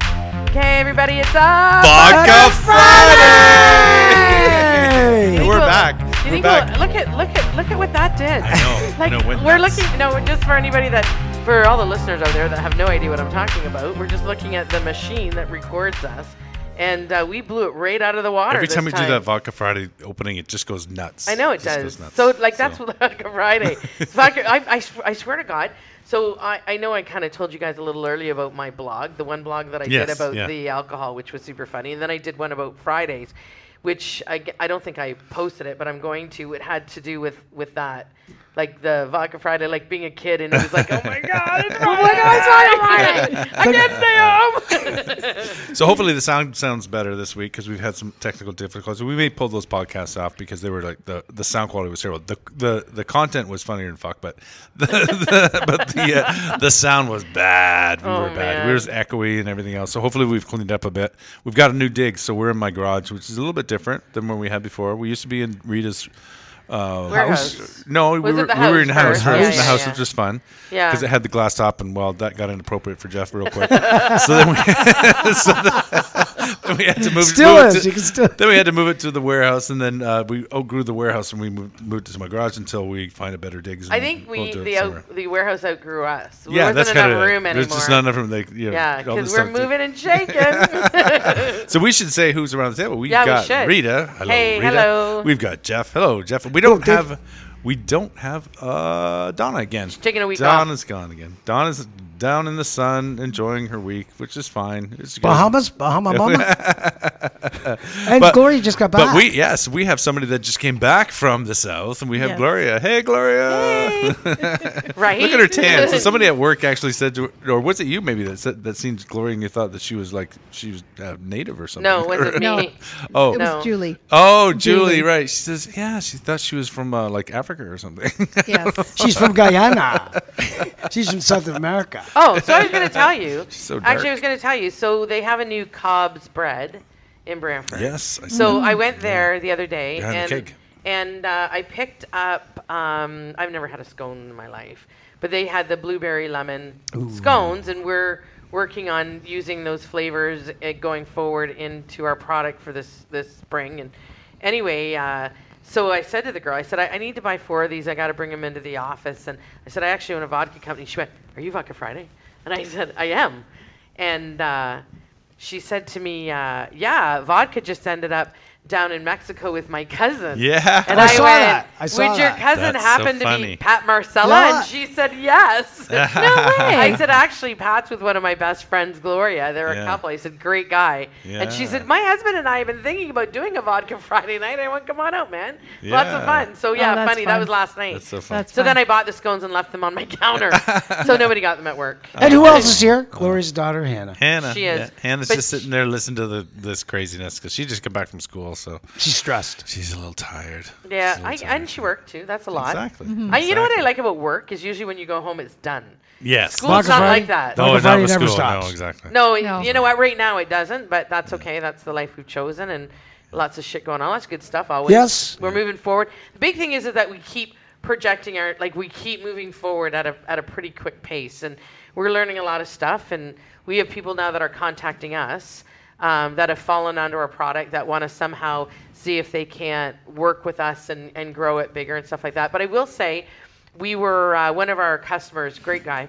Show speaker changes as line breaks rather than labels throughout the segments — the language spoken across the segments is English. Hey, everybody, it's up.
Vodka Friday!
You think
We're
we'll-
back.
you
We're
think
back.
we'll- Look at look at look at what that did.
I know. I
like
know what
we're
that's-
looking. No, just for anybody that, for all the listeners out there that have no idea what I'm talking about, we're just looking at the machine that records us, and uh, we blew it right out of the water.
Every
this
time we do that Vodka Friday opening, it just goes nuts.
I know it
just
does.
goes nuts.
So like that's what Vodka Friday. Vodka, I, I, sw- I swear to God. So I, I know I kind of told you guys a little early about my blog, the one blog that I
Yes,
did about
yeah.
the alcohol, which was super funny, and then I did one about Fridays, which I, g- I don't think I posted it, but I'm going to. It had to do with with that, like the Vodka Friday, like being a kid, and it was like, oh my God, it's Friday! I can't stay home.
So hopefully the sound sounds better this week because we've had some technical difficulties. We may pull those podcasts off because they were like the, the sound quality was terrible. The the, the content was funnier than fuck, but the, the but the uh, the sound was bad. We
Oh,
were bad.
man.
We were just echoey and everything else. So hopefully we've cleaned up a bit. We've got a new dig, so we're in my garage, which is a little bit different than what we had before. We used to be in Rita's. Uh,
Warehouse.
house. No, we
Was it
were,
the
we were in
house
house.
first?
house.
Yeah,
the
yeah,
house
yeah.
was just fun
Yeah.
because it had the glass top, and well, that got inappropriate for Jeff real quick. so then we, so then- then we had to move.
Still
move it
is,
to-
you can still-
Then we had to move it to the warehouse, and then uh, we outgrew the warehouse, and we moved, moved it to my garage until we find a better digs.
I think we the out, the warehouse outgrew us. There
yeah,
wasn't
that's
enough
kind of
room anymore.
There's just not enough room. They, you know,
Yeah,
all
because
this
we're
stuff to-
moving and shaking.
So we should say who's around the table. We've
Yeah, we
got
should.
Rita. Hello,
Hey,
Rita.
hello.
We've got Jeff. Hello, Jeff. We don't
Oh, Dave.
have, we don't have uh, Donna again. She's
taking a week off.
Donna's gone again. Donna's down in the sun enjoying her week, which is fine. It's good.
Bahamas, Bahama Mama. and
But-
Gloria just got back.
But we yes, we have somebody that just came back from the south, and we have
Yes.
Gloria. Hey, Gloria.
right.
Look at her tan. So somebody at work actually said to, her, or was it you maybe that said, that seemed Gloria, and you thought that she was like she was uh, native or something.
no, it wasn't
No.
me.
oh,
It
No.
was Julie.
Oh, Julie,
Julie.
right. She says, yeah, she thought she was from uh, like Africa or something.
Yes.
She's from Guyana. She's from South America.
Oh, so I was gonna tell you.
so dark.
Actually, I was gonna tell you. So they have a new Cobb's bread in Brantford.
yes. I
So I went there the other day,
Behind the
and
cake.
and uh, I picked up. Um, I've never had a scone in my life, but they had the blueberry lemon scones, and we're working on using those flavors uh, going forward into our product for this this spring. And anyway. Uh, so I said to the girl, I said, I, I need to buy four of these. I got to bring them into the office. And I said, I actually own a vodka company. She went, Are you Vodka Friday? And I said, I am. And uh, she said to me, uh, "Yeah, vodka just ended up down in Mexico with my cousin."
Yeah.
and
I
I,
saw
went,
that. I saw
"Would your
that."
cousin
That's so
happen to
funny.
be Pat Marcella?"
Yeah.
And she said, "Yes." no way. I said, "Actually, Pat's with one of my best friends, Gloria. They're
Yeah.
a couple." I said, "Great guy." And she
Yeah.
said, "My husband and I have been thinking about doing a vodka Friday night. I went, come on out, man. Lots of
Yeah.
fun." So
Oh,
yeah,
that's
funny. That
fun.
was last night.
That's so funny.
That's
so then
fine.
I bought the scones and left them on my counter, so nobody got them at work.
And who else is here? Gloria's daughter, Hannah.
Hannah.
She is.
Hannah's
But
just sitting there listening to the, this craziness because she just came back from school, so
She's stressed.
she's a little tired.
Yeah,
She's a
I,
little
and
tired.
she worked too. That's a lot. Mm-hmm.
Exactly.
I, you know what I
Exactly.
like about work is usually when you go home, it's done.
Yes.
School's
Vodka
not
Friday?
like that.
no,
Vodka
not
Friday
with
never
school.
stops.
No, exactly.
No,
No.
you know what? Right now it doesn't, but that's okay. That's the life we've chosen, and lots of shit going on. Lots of good stuff always.
Yes.
We're moving forward. The big thing is, is that we keep projecting our, like we keep moving forward at a, at a pretty quick pace, and we're learning a lot of stuff, and we have people now that are contacting us um, that have fallen under our product that want to somehow see if they can't work with us and, and grow it bigger and stuff like that. But I will say, we were uh, one of our customers, great guy.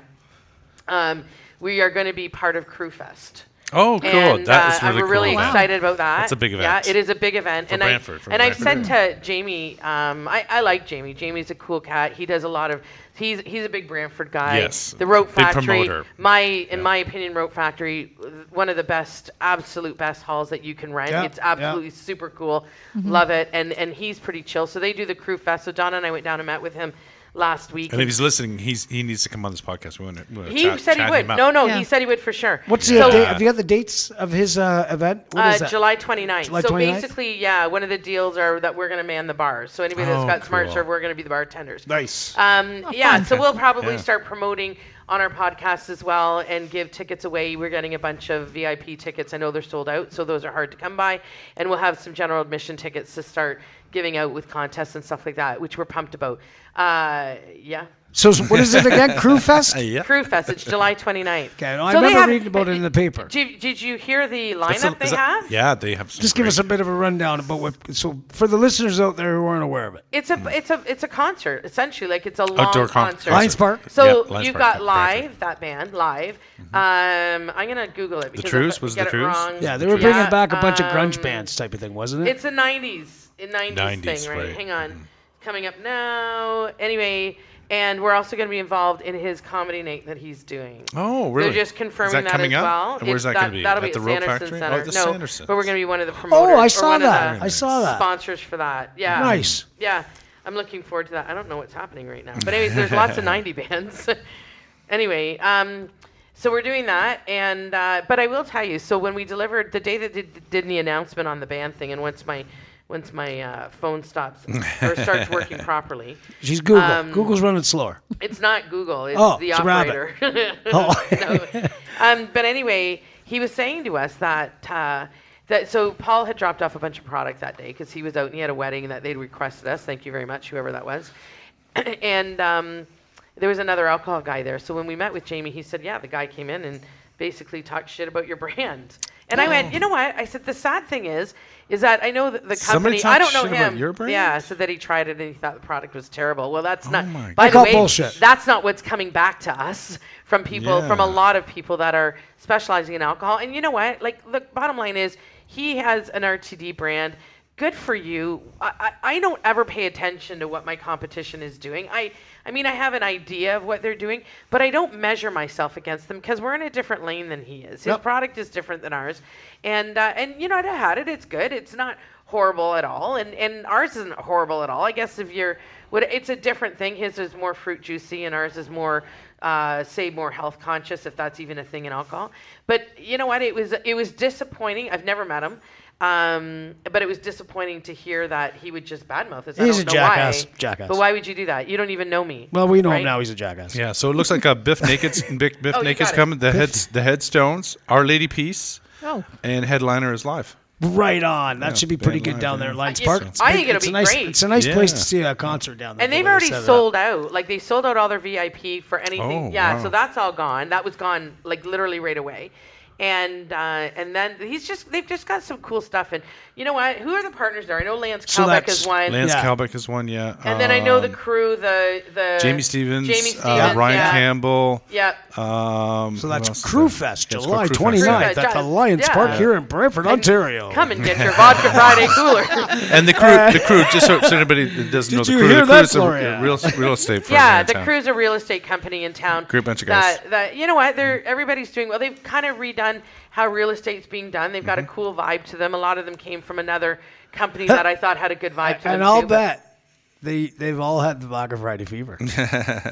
Um, we are going to be part of Crewfest.
Oh, cool.
And,
that
uh,
is really
I'm really
cool.
excited about that.
That's a big event.
Yeah, it is a big event. and
Brantford,
I
for
and I've
Brantford.
said to Jamie, um, I, I like Jamie. Jamie's a cool cat. He does a lot of. He's he's a big Brantford guy.
Yes.
The Rope
Big
Factory.
promoter.
My in my opinion, Rope Factory, one of the best, absolute best halls that you can rent.
Yeah,
it's absolutely super cool. Love it. And and he's pretty chill. So they do the Crew Fest. So Donna and I went down and met with him last week.
And if he's listening, he's he needs to come on this podcast. We want to. We want to
he
chat,
said he
chat
would.
him up.
No, no,
Yeah.
he said he would for sure.
What's
So-
the date? Have you got the dates of his uh, event? What is
uh,
that?
July 29th.
July
so
29th?
basically, yeah, one of the deals are that we're going to man the bars. So anybody that's
Oh,
got Smart
cool.
Serve, we're going to be the bartenders.
Nice.
Um, yeah, so we'll probably
Yeah.
start promoting on our podcast as well and give tickets away. We're getting a bunch of VIP tickets. I know they're sold out, so those are hard to come by. And we'll have some general admission tickets to start giving out with contests and stuff like that, which we're pumped about. Uh, yeah.
So s- what is it again? Crew Fest?
Yeah.
Crew Fest. It's July 29th.
Okay, no, I
So they
remember
have-
reading about it in the paper.
Did, did you hear the
That's
lineup
a-
they
is that-
have?
Yeah, they have. Some
Just give us a
great-
bit of a rundown about what. So for the listeners out there who aren't aware of it,
It's a it's a it's a concert essentially. Like it's a long
Hmm. outdoor con-
concert.
Lions Park.
Yeah,
So
Lions
you've
Park,
got
Brantford.
live that band live. Um, I'm gonna Google it because if
Trues?
I
Was it
get
Mm-hmm. The
it
Trues?
wrong-
yeah, they were bringing
Yeah,
back a bunch of grunge
um,
bands type of thing, wasn't it?
It's a 90s, a 90s,
90s,
thing, right?
right. Mm-hmm.
Hang on. Coming up now. Anyway, and we're also going to be involved in his comedy night that he's doing.
Oh, really?
They're just confirming
is that, coming
as
up?
well.
And where's
It's-
that, going to be?
That'll
At
be
the
at
Rope
Sanderson
Factory?
Center.
Oh, the
no,
Sandersons.
but we're going to be one of the promoters.
Oh, I
or
saw
one of
that.
the
I saw that.
Sponsors for that. Yeah.
Nice.
Yeah, I'm looking forward to that. I don't know what's happening right now, but anyways, there's lots of 90 bands. anyway, um, so we're doing that, and uh, but I will tell you. So when we delivered the day that did, did the announcement on the band thing, and once my once my uh, phone stops or starts working properly,
She's Google.
um,
Google's running slower.
it's not Google. It's
Oh,
the
it's a rabbit.
operator.
Oh.
No. Um, but anyway, he was saying to us that uh, that so Paul had dropped off a bunch of product that day because he was out and he had a wedding that they'd requested us. Thank you very much, whoever that was. and um, there was another alcohol guy there. So when we met with Jamie, he said, "Yeah, the guy came in and basically talked shit about your brand." And I went, "You know what?" I said, "The sad thing is." Is that I know that the
Somebody
company? I
talked
don't know
shit about
him.
your brand?
Yeah, so that he tried it and he thought the product was terrible. Well, that's not.
my
by the
Oh God. Call
way,
bullshit.
that's not what's coming back to us from people from a
Yeah.
lot of people that are specializing in alcohol and you know what like the bottom line is he has an rtd brand good for you I, I, I don't ever pay attention to what my competition is doing i i mean i have an idea of what they're doing but i don't measure myself against them because we're in a different lane than he is his
Yep.
product is different than ours and uh, and you know i had it it's good it's not horrible at all and and ours isn't horrible at all i guess if you're what it's a different thing his is more fruit juicy and ours is more uh, say more health conscious if that's even a thing in alcohol but you know what it was it was disappointing i've never met him um, but it was disappointing to hear that he would just badmouth us. I
He's
don't
a
know
jackass.
Why,
Jackass.
But why would you do that? You don't even know me.
Well, we know
right?
him now. He's a jackass.
Yeah, so it looks like a Biff Naked's Biff, Biff
Oh, you
Naked's
got it.
coming. The heads, the headstones, Our Lady Peace,
Oh.
and headliner is live.
Right on. That
Yeah,
should be pretty
band
good
live,
down there
yeah.
at Lions
I-
Park.
it's- I think it'll
it's a
be
nice,
great.
It's a nice place to
Yeah.
see a concert down there.
And
the
they've
way they
already
set it up.
sold out. Like they sold out all their VIP for anything.
Oh,
yeah,
wow.
so that's all gone. That was gone like literally right away. And uh, and then he's just they've just got some cool stuff. And you know what? Who are the partners there? I know Lance
So
Kalbeck
that's
is one.
Lance
Yeah.
Kalbeck is one, yeah.
and then I know the
Um,
crew, the the
Jamie Stevens,
Jamie Stevens,
uh, Ryan
yeah.
Campbell.
Yeah.
Um,
So
who
that's
else is
Crew
there?
Fest,
Yeah, it's
July
called Crew Fest.
29th at the
Yeah.
Lions Park
Yeah.
here in Brantford, Ontario.
Come and get your vodka Friday cooler.
And the crew, the crew. Just so, so anybody that doesn't know, the
you
crew,
hear
the crew
that,
is a
Gloria?
real real estate firm. here
yeah,
in
the
town.
crew's a real estate company in town.
Great bunch of
that,
guys. Mm.
That you know what? They're everybody's doing well. They've kind of redone how real estate's being done. They've got a
Mm-hmm.
cool vibe to them. A lot of them came from another company that I thought had a good vibe to them.
and I'll
too, but-
bet they they've all had the Vodka Friday fever.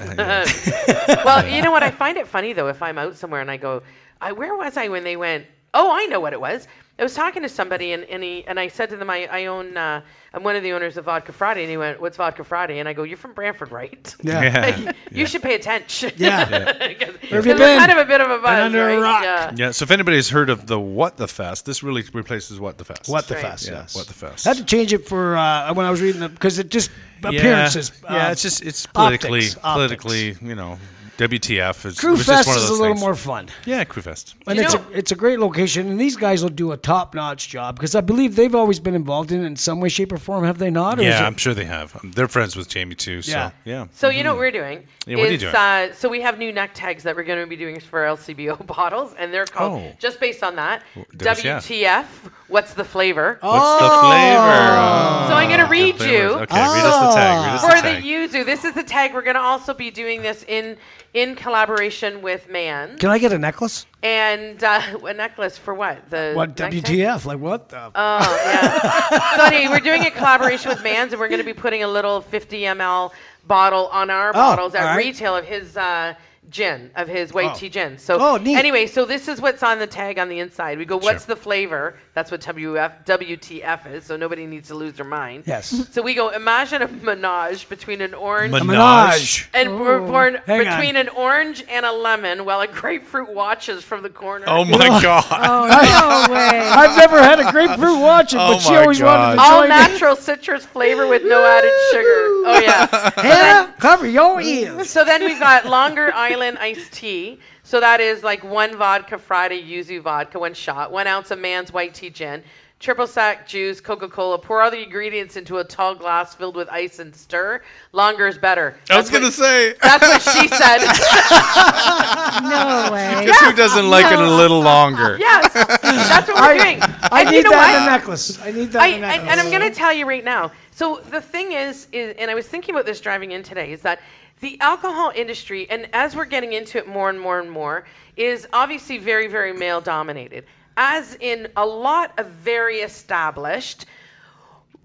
well, you know what? I find it funny though if I'm out somewhere and I go, I, where was I when they went? Oh, I know what it was. I was talking to somebody and, and he and I said to them, I, I own uh, I'm one of the owners of Vodka Friday, and he went, What's Vodka Friday? And I go, You're from Brantford, right?
Yeah.
Like,
Yeah.
you should pay attention.
Yeah.
Where
have you been?
Kind of a bit of a buzz,
under a
right?
rock.
Yeah.
Yeah, so if anybody's heard of the What the Fest, this really replaces What the Fest.
What the
Right.
fest?
Yeah,
yes.
what the fest.
had to change it for uh, when I was reading the because it just appearances.
Yeah, yeah
uh,
it's just it's
optics,
politically
optics.
politically you know WTF. Is,
Crew
it was just
Fest
one of
is a
those
little
things.
more fun.
Yeah, Crew Fest.
And
You
it's
know-
a, it's a great location, and these guys will do a top notch job because I believe they've always been involved in it in some way, shape, or form. Have they not? Or is
Yeah,
it-
I'm sure they have. Um, They're friends with Jamie too. So
Yeah.
yeah,
So you know what we're doing?
Yeah, what are you
is,
doing?
Uh, so we have new neck tags that we're going to be doing for LCBO bottles, and they're called
Oh.
just based on that.
there's- yeah.
WTF? What's the flavor?
What's the
Oh!
flavor? Ah,
So I'm gonna
Good
read
flavors.
you-
Okay, read us the tag. Read us
for
the
the
tag.
yuzu. This is the tag. We're going to also be doing this in in collaboration with Man
Can I get a necklace?
and uh, a necklace for what the
What
neck tag?
WTF? Like what? The,
Oh, yeah. so anyway, we're doing a collaboration with Mans, and we're going to be putting a little 50 ml bottle on our bottles at
Oh, all right.
retail of his uh, gin of his white
Oh.
tea gin. So
Oh, neat.
anyway, so this is what's on the tag on the inside. We go, what's the flavor? That's what WF WTF is. So nobody needs to lose their mind.
Yes.
So we go, imagine a menage between an orange
Menage.
Menage.
and we're born
hang on.
between an orange and a lemon while a grapefruit watches from the corner.
Oh my god.
Oh, no way.
I've never had a grapefruit watch it,
Oh
but she
my
always wanted to
God.
All
join in.
natural citrus flavor with no added sugar. Oh yeah.
Hannah, cover your ears.
So then we've got Longer Island iced tea. So that is like one vodka Friday yuzu vodka, one shot, one ounce of man's white tea gin, triple sec juice, Coca Cola. Pour all the ingredients into a tall glass filled with ice and stir. Longer is better.
I was
That's what-
gonna say.
That's what she said.
No way.
Guess who doesn't like it a little longer?
yes, that's what we're doing.
I
And
need
you know
that
what?
in a necklace. I need that
I,
in a
I,
necklace.
and I'm going to tell you right now. So the thing is, is, and I was thinking about this driving in today, is that the alcohol industry, and as we're getting into it more and more and more, is obviously very, very male dominated. As in a lot of very established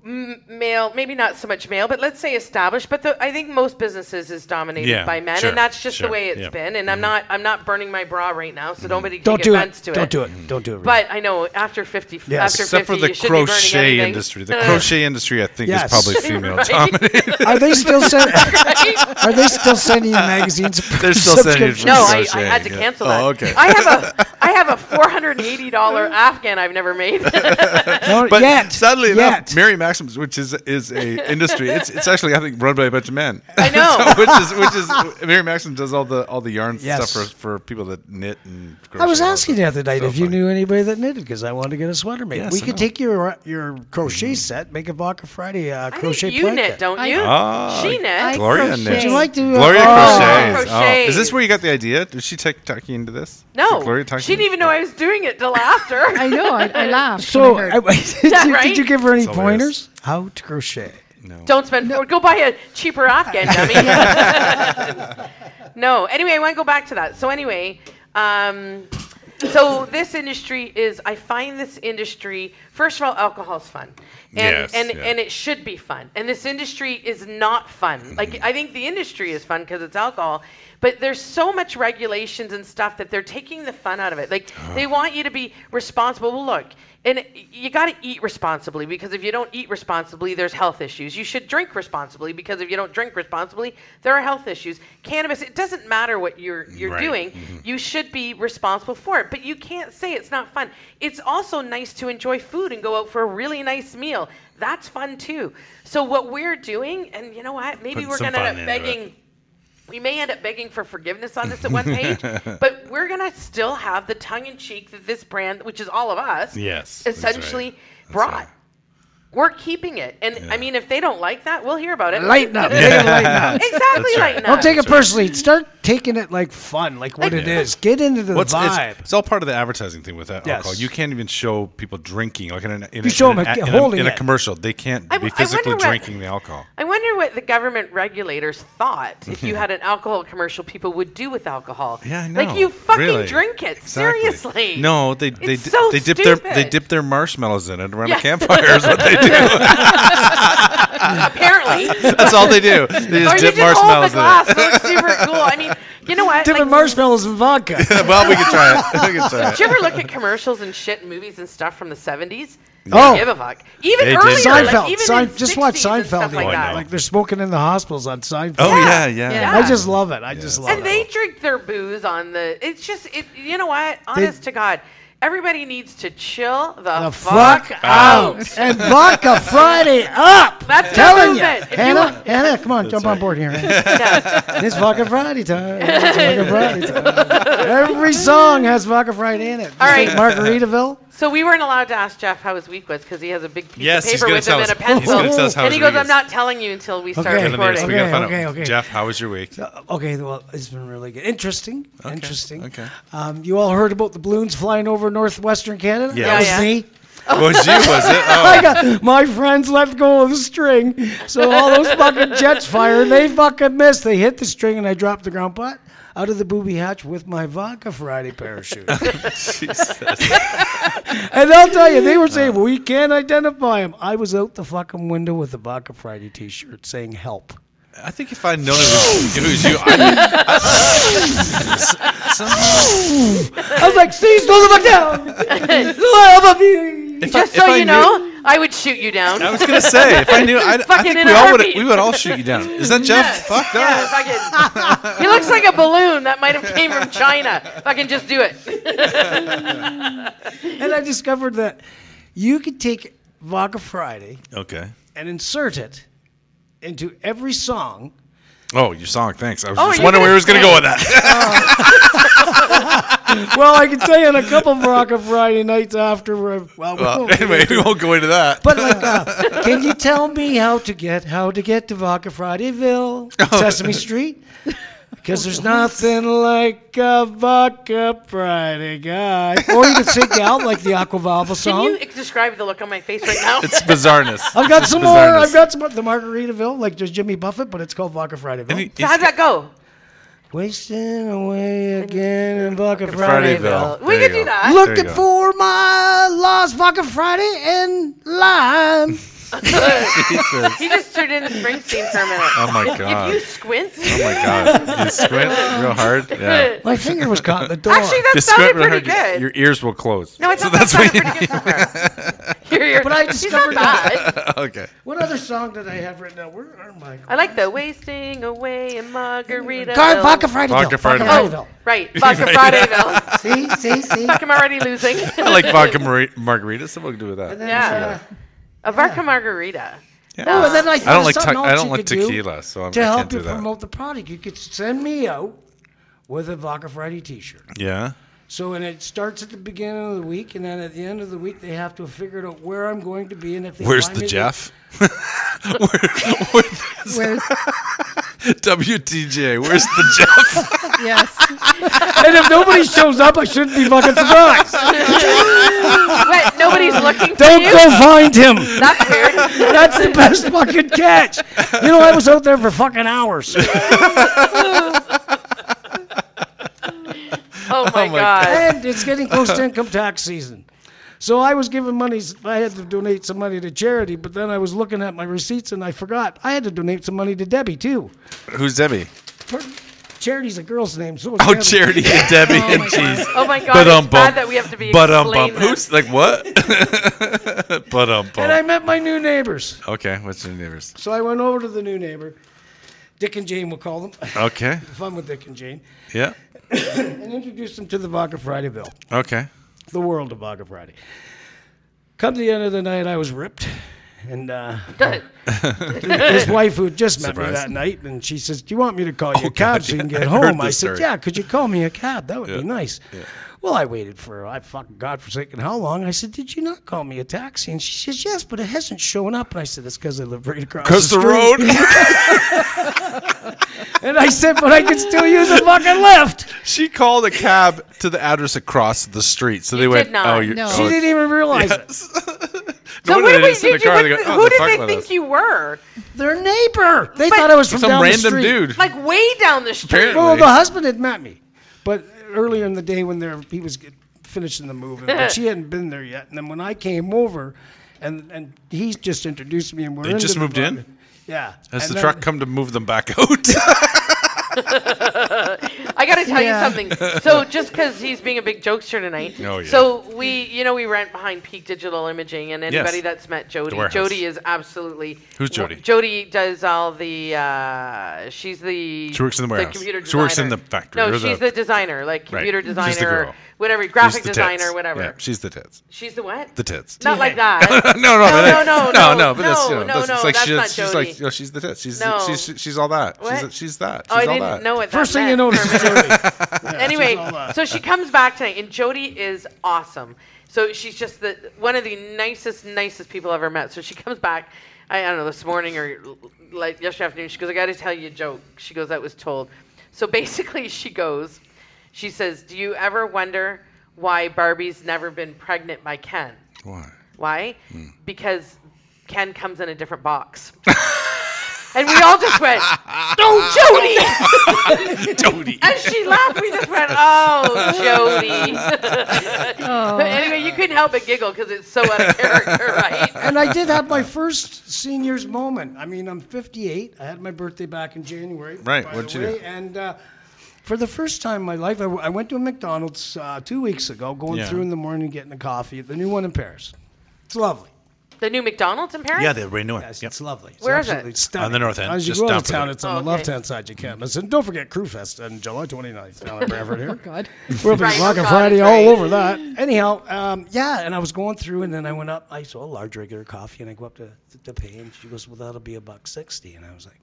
m- male, maybe not so much male, but let's say established. But the, I think most businesses is dominated
Yeah,
by men,
sure,
and that's just
sure,
the way it's
yeah. Mm-hmm.
been. And I'm not, I'm not burning my bra right now, so nobody
Don't
take
do it.
offense to it.
Don't do it. Don't do it.
But I know after 50,
Yes.
after
Except
50,
for the
you shouldn't be burning
crochet
anything. Uh,
industry. The crochet industry, I think,
Yes.
is probably female
Right.
dominated.
Are they still sending? Are they still sending you magazines?
They're still sending. it
subscriptions?
for
No, I, I
crochet,
had to
yeah.
cancel that.
Oh, okay.
I have a I have a four hundred and eighty dollar Afghan I've never made.
No,
But
yet,
sadly
yet.
enough, Mary Maxim's, which is is a industry, it's it's actually I think run by a bunch of men.
I know.
which is which is Mary Maxim does all the all the yarn
Yes.
stuff for, for people that knit and. Crochet
I was
and all
asking
that.
the other night
So
if you
funny.
knew anybody that knitted because I wanted to get a sweater made.
Yes,
we
I
could
know. Mm-hmm.
take your uh, your crochet set, make a Vodka Friday uh,
I
crochet
think you
blanket.
knit, don't
I-
you?
Ah,
she knit.
I
Gloria
crochet.
knits.
Would you like to? uh,
Gloria
oh,
crochets. Oh, Is
Crochets.
this where you got the idea? Did she take talking into this? Did
no,
Gloria talk
she
you into-
didn't even know I was doing it till after.
I know. I, I laughed.
So,
when I
I,
heard.
did,
Yeah,
you,
right?
did you give her any
That's all it is.
pointers? How to crochet?
No.
Don't spend four. Go buy a cheaper Afghan dummy. no. Anyway, I want to go back to that. So anyway, um, so this industry is. I find this industry. First of all, alcohol's fun, and
Yes,
and
yeah.
and it should be fun. And this industry is not fun. Like I think the industry is fun because it's alcohol. But there's so much regulations and stuff that they're taking the fun out of it. Like they want you to be responsible. Well, look, and you got to eat responsibly because if you don't eat responsibly, there's health issues. You should drink responsibly because if you don't drink responsibly, there are health issues. Cannabis, it doesn't matter what you're you're
Right.
doing. You should be responsible for it, but you can't say it's not fun. It's also nice to enjoy food and go out for a really nice meal. That's fun too. So what we're doing, and you know what? Maybe
Putting
we're
some
gonna
fun
end up
into it.
begging we may end up begging for forgiveness on this at one page, but we're going to still have the tongue in cheek that this brand, which is all of us,
Yes, that's right.
essentially
That's
brought.
right.
We're keeping it. And I mean, if they don't like that, we'll hear about it.
Lighten up. Take it lighten up.
Exactly
That's right.
lighten up.
Don't take it personally. Start taking it like fun, like what it
Yeah.
is. Get into the
What's
vibe.
It's, it's all part of the advertising thing with that
Yes.
alcohol. You can't even show people drinking like in, an, in,
You
a,
show
in,
them
an
a-
a- in, a,
holding
in a
it.
commercial. They can't
I- I
be physically
wonder what-
drinking the alcohol.
I wonder what the government regulators thought if you had an alcohol commercial people would do with alcohol.
Yeah, I know.
Like you fucking
Really.
drink it.
Exactly.
Seriously.
No, they they
It's
di-
so
they dip their they
stupid.
dip their marshmallows in it around
Yeah.
a campfire is what they do.
Apparently.
That's all they do. They
Or
just
you
dip
just hold the
marshmallows
glass.
in
It looks super cool. I mean, you know what?
Different
Like,
marshmallows and vodka.
it. well, we can try it. We can try
Did you
it.
ever look at commercials and shit, and movies and stuff from the 70s?
Oh.
Give a fuck. Even
They did.
earlier,
Seinfeld.
like, even
Sein-
in
just watch
60s and
Seinfeld.
stuff like
Oh, I
that.
know.
Like they're smoking in the hospitals on Seinfeld.
Oh
Yeah.
yeah, yeah.
Yeah.
I just love it. I just love
and
it.
they drink their booze on the. It's just, it. You know what? Honest to God, everybody needs to chill the,
the
fuck,
fuck
out.
out and Vodka Friday up.
That's
telling you,
movement. If you
Hannah.
want-
Hannah, come on, jump on board here. Hannah.
Yeah.
it's Vodka Friday time. It's Vodka Friday time. Every song has Vodka Friday in it. Just
All right.
like Margaritaville.
So we weren't allowed to ask Jeff how his week was because he has a big piece
Yes,
of
he's
paper
gonna
with
tell
him and
us-
a pencil.
he's gonna tell us
how
and
his
he goes,
week
"I'm
is."
not telling you until we start
Okay,
Let me ask- we
recording.
gotta find
Okay,
out.
okay, okay.
Jeff, how was your week?
Uh, Okay, well, it's been really good. Interesting. Interesting.
okay.
Um, you all heard about the balloons flying over northwestern Canada?
Yeah.
That was
Yeah, yeah.
me.
was you? Was it?
I
Oh.
got my friends let go of the string, so all those fucking jets fire. They fucking missed. They hit the string, and I dropped the ground pot out of the booby hatch with my vodka Friday parachute.
Jesus.
and I'll tell you, they were saying we can't identify him. I was out the fucking window with the vodka Friday T-shirt saying help.
I think if I'd known it was, it was you, I, I, somehow,
I was like, see, slow the fuck down. Love you.
if I-
Just
if
so
I
you
knew-
know, I would shoot you down.
I was gonna say if I knew, I, I
Fucking
think
in
we
a
all would
heartbeat.
we would all shoot you down. Is that Jeff? Fuck
Yeah,
that.
fucking. he looks like a balloon that might have came from China. Fucking just do it.
And I discovered that you could take Vodka Friday
Okay.
and insert it into every song.
Oh, your song. Thanks. I was
Oh,
just
you're
wondering where
gonna
he was gonna go
say-
with that.
Well, I can tell you on a couple of Vodka Friday nights after. Well, well, we
well,
won't get
anyway,
into
we
it.
won't go into that.
But like, uh, can you tell me how to get how to get to Vodka Fridayville,
Oh.
Sesame Street? Because there's nothing like a Vodka Friday guy. Or you can sing out like the Aquavalva
Can
song.
you describe the look on my face right now?
it's bizarreness.
I've got
It's
some more. I've
bizarreness.
got some more. The Margaritaville, like there's Jimmy Buffett, but it's called Vodka Fridayville.
And he-
so how'd that go?
Wasting away again in Vodka
Fridayville.
Fridayville.
We
There
could do
you go.
that.
Look-
Looking
you go.
for my lost Vodka Friday and lime.
Jesus.
he just turned into Springsteen for a minute.
Oh my
If-
God.
If you squint.
Oh my god. You squint real hard. Yeah.
My finger was caught in the door.
Actually, that
You
sounded
squint real
pretty
hard.
good.
Your, your ears will close.
no, it's
so
not that
that's
sounded
what
pretty good so far. You're, you're,
But I
he's
discovered
not bad.
you- okay.
What other song did I have written down? Where are my?
I like the wasting away in Margarita.
Car- Vodka Friday.
Vodka Friday.
Oh, right. Vodka
Right.
Fridayville.
See, see, see.
Fuck, I'm already losing.
I like vodka mar- margarita. Something to do with that.
Yeah. A vodka margarita.
Yeah.
Oh, and then I,
I don't like
something
te-
else
I don't
you
like
could do
tequila, so I'm,
to
I
help
can't
you
do that.
promote the product. You could send me out with a Vodka Friday T-shirt.
yeah.
So and it starts at the beginning of the week, and then at the end of the week they have to have figured out where I'm going to be and if they
Where's
find
the
me-
Jeff? where, where's
Where's,
WTJ? Where's the Jeff?
yes.
And if nobody shows up, I shouldn't be fucking surprised.
What? Nobody's looking for
Don't
you?
go find him.
That's weird.
That's the best fucking catch. You know, I was out there for fucking hours.
Oh my,
my
god.
and it's getting close to income tax season. So I was giving money. I had to donate some money to charity, but then I was looking at my receipts and I forgot I had to donate some money to Debbie too.
Who's Debbie?
For- Charity's a girl's name, so is
Oh,
Debbie.
Charity and Debbie and Cheese.
Oh my god.
But
But
um
it's bad that we have to be
But um
explaining this.
Who's like what? but um
And I met my new neighbors.
Okay, what's your neighbors?
So I went over to the new neighbor, Dick and Jane, we'll call them.
Okay.
Fun with Dick and Jane,
Yeah.
and introduced them to the Vodka Friday bill,
Okay.
the world of Vodka Friday. Come the end of the night, I was ripped, and uh,
Good.
his wife who had just met
Surprise. Oh,
me that night, and she says, "Do you want me to call you a
God,
cab so you can
yeah,
get
I heard
home?" I
this
said,
story.
"Yeah, could you call me a cab? That would
Yeah,
be nice." Well, I waited for I fucking godforsaken how long? I said, "Did you not call me a taxi?" And she says, "Yes, but it hasn't shown up." And I said, "That's because I live right across
Cause the
street."
road.
And I said, "But I could still use a fucking lift."
she called a cab to the address across the street. So they
did
went.
not.
Oh, you're.
No.
oh,
She didn't even realize it.
yes.
So
No wonder
what did
they
we
just sit in
did you,
the car
what,
and they go, oh,
who
they're
did they
fucking with
think
us.
you were?
Their neighbor. They
But-
thought I was from
Some
down the
random
street.
dude.
Like way down the street.
Apparently.
Well, the husband had met me, but earlier in the day when there, he was get- finishing the move, but she hadn't been there yet. And then when I came over, and and he's just introduced me, and we're
They
into
just
the
moved in?
apartment. Yeah.
Has
And
the
then-
truck come to move them back out?
I got to tell
Yeah.
you something. So just because he's being a big jokester tonight.
Oh, yeah.
So we, you know, we rent behind Peak Digital Imaging, and anybody that's met Jody,
warehouse.
Jody is absolutely.
Who's
wo-
Jody?
Jody does all the. Uh, she's the.
She works in the warehouse.
computer
She works in
designer.
the factory,
No,
or
she's the,
the-
designer, like
Right.
computer
She's the
designer,
girl.
or whatever,
She's
graphic
the tits.
designer, whatever.
Yeah, she's the tits.
She's the what?
The tits.
Not like that.
no, no, no,
no, no,
no,
no,
no, But that's, you know,
no,
that's, it's
no,
like
that's
she's,
not
she's
Jody.
like, you know, she's the tits. She's,
No.
she's, she's all that.
What?
She's, she's that. She's
Oh, I
all
didn't
that.
know what that
First thing you
meant.
know, it's Jody.
anyway,
all uh, that.
so she comes back tonight, and Jody is awesome. So she's just the one of the nicest, nicest people I've ever met. So she comes back, I, I don't know, this morning or l- like yesterday afternoon. She goes, "I got to tell you a joke." She goes, "That was told." So basically, she goes, she says, "Do you ever wonder why Barbie's never been pregnant by Ken?
Why?
Why? Because Ken comes in a different box." And we all just went, "No, Jody!"
Jody.
and she laughed. We just went, "Oh, Jody."
Oh.
But anyway, you couldn't help but giggle because it's so out of character, right?
and I did have my first seniors moment. I mean, I'm 58. I had my birthday back in January.
Right,
by
what'd
the
you do?
way, And uh, for the first time in my life, I, w- I went to a McDonald's uh, two weeks ago, going
Yeah.
through in the morning, getting a coffee, the new one in Paris. It's lovely.
The new McDonald's in Paris.
Yeah, they're right north.
Yes,
Yep.
it's lovely. It's
Where is it?
absolutely Stunning.
On the north end,
As you
just
go
down
out of
from
town,
there.
it's on
Oh,
the
okay.
left-hand side. You can't miss it. Don't forget Crew Fest on July 29th down in Brantford here.
God.
We'll be
Right, oh
Rocket
God,
Friday
that's
all
right.
over that. Anyhow, um, yeah, and I was going through, and then I went up. I saw a large regular coffee, and I go up to, to, to pay, and she goes, "Well, that'll be a buck 60. and I was like,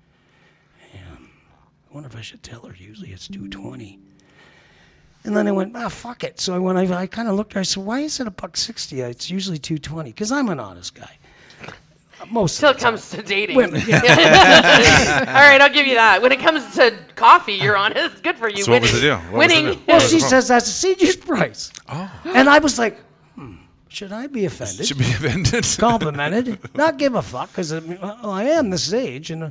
"Man, I wonder if I should tell her. Usually it's two twenty. And then I went, ah, fuck it. So I went. I, I kind of looked. at her, I said, "Why is it a buck sixty? It's usually two twenty. Because I'm an honest guy. Most
Till
of
it
the time.
comes to dating.
Women, yeah.
All right, I'll give you that. When it comes to coffee, you're honest. Good for you.
So what
winning.
was the deal? What was the
winning.
deal?
Well,
What was
she
the problem?
says that's a senior's price,
Oh,
and I was like, hmm, should I be offended?
should be offended.
complimented, not give a fuck because I, mean, well, I am this age, and uh,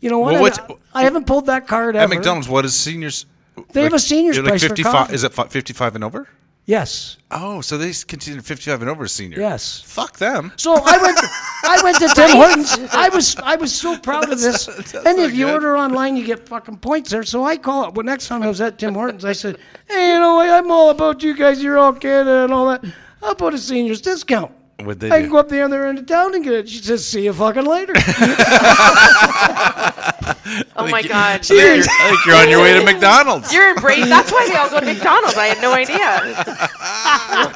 you know what?
Well,
I-
what's-
I, haven't pulled that card ever.
At McDonald's, what is seniors?
They have a seniors
you're like
price for
55
coffee.
Is it fi- 55 and over?
Yes,
Oh, so they s- consider 55 and over a senior.
yes.
Fuck them.
So I went, I went to Tim Hortons. I was, I was so proud of this.
That's- that's
And if
not
you
good.
order online, you get fucking points there. So I call up. Well, next time I was at Tim Hortons, I said, "Hey, you know, what? I'm all about you guys. You're all Canada and all that. How about a seniors discount?"
What they
I can
do?
go up the other end of town and get it. She says, "See you fucking later."
Oh
I
my
think you-
God.
I think, you're, I think you're on your way to McDonald's.
You're embraced. That's why they all go to McDonald's. I had no idea.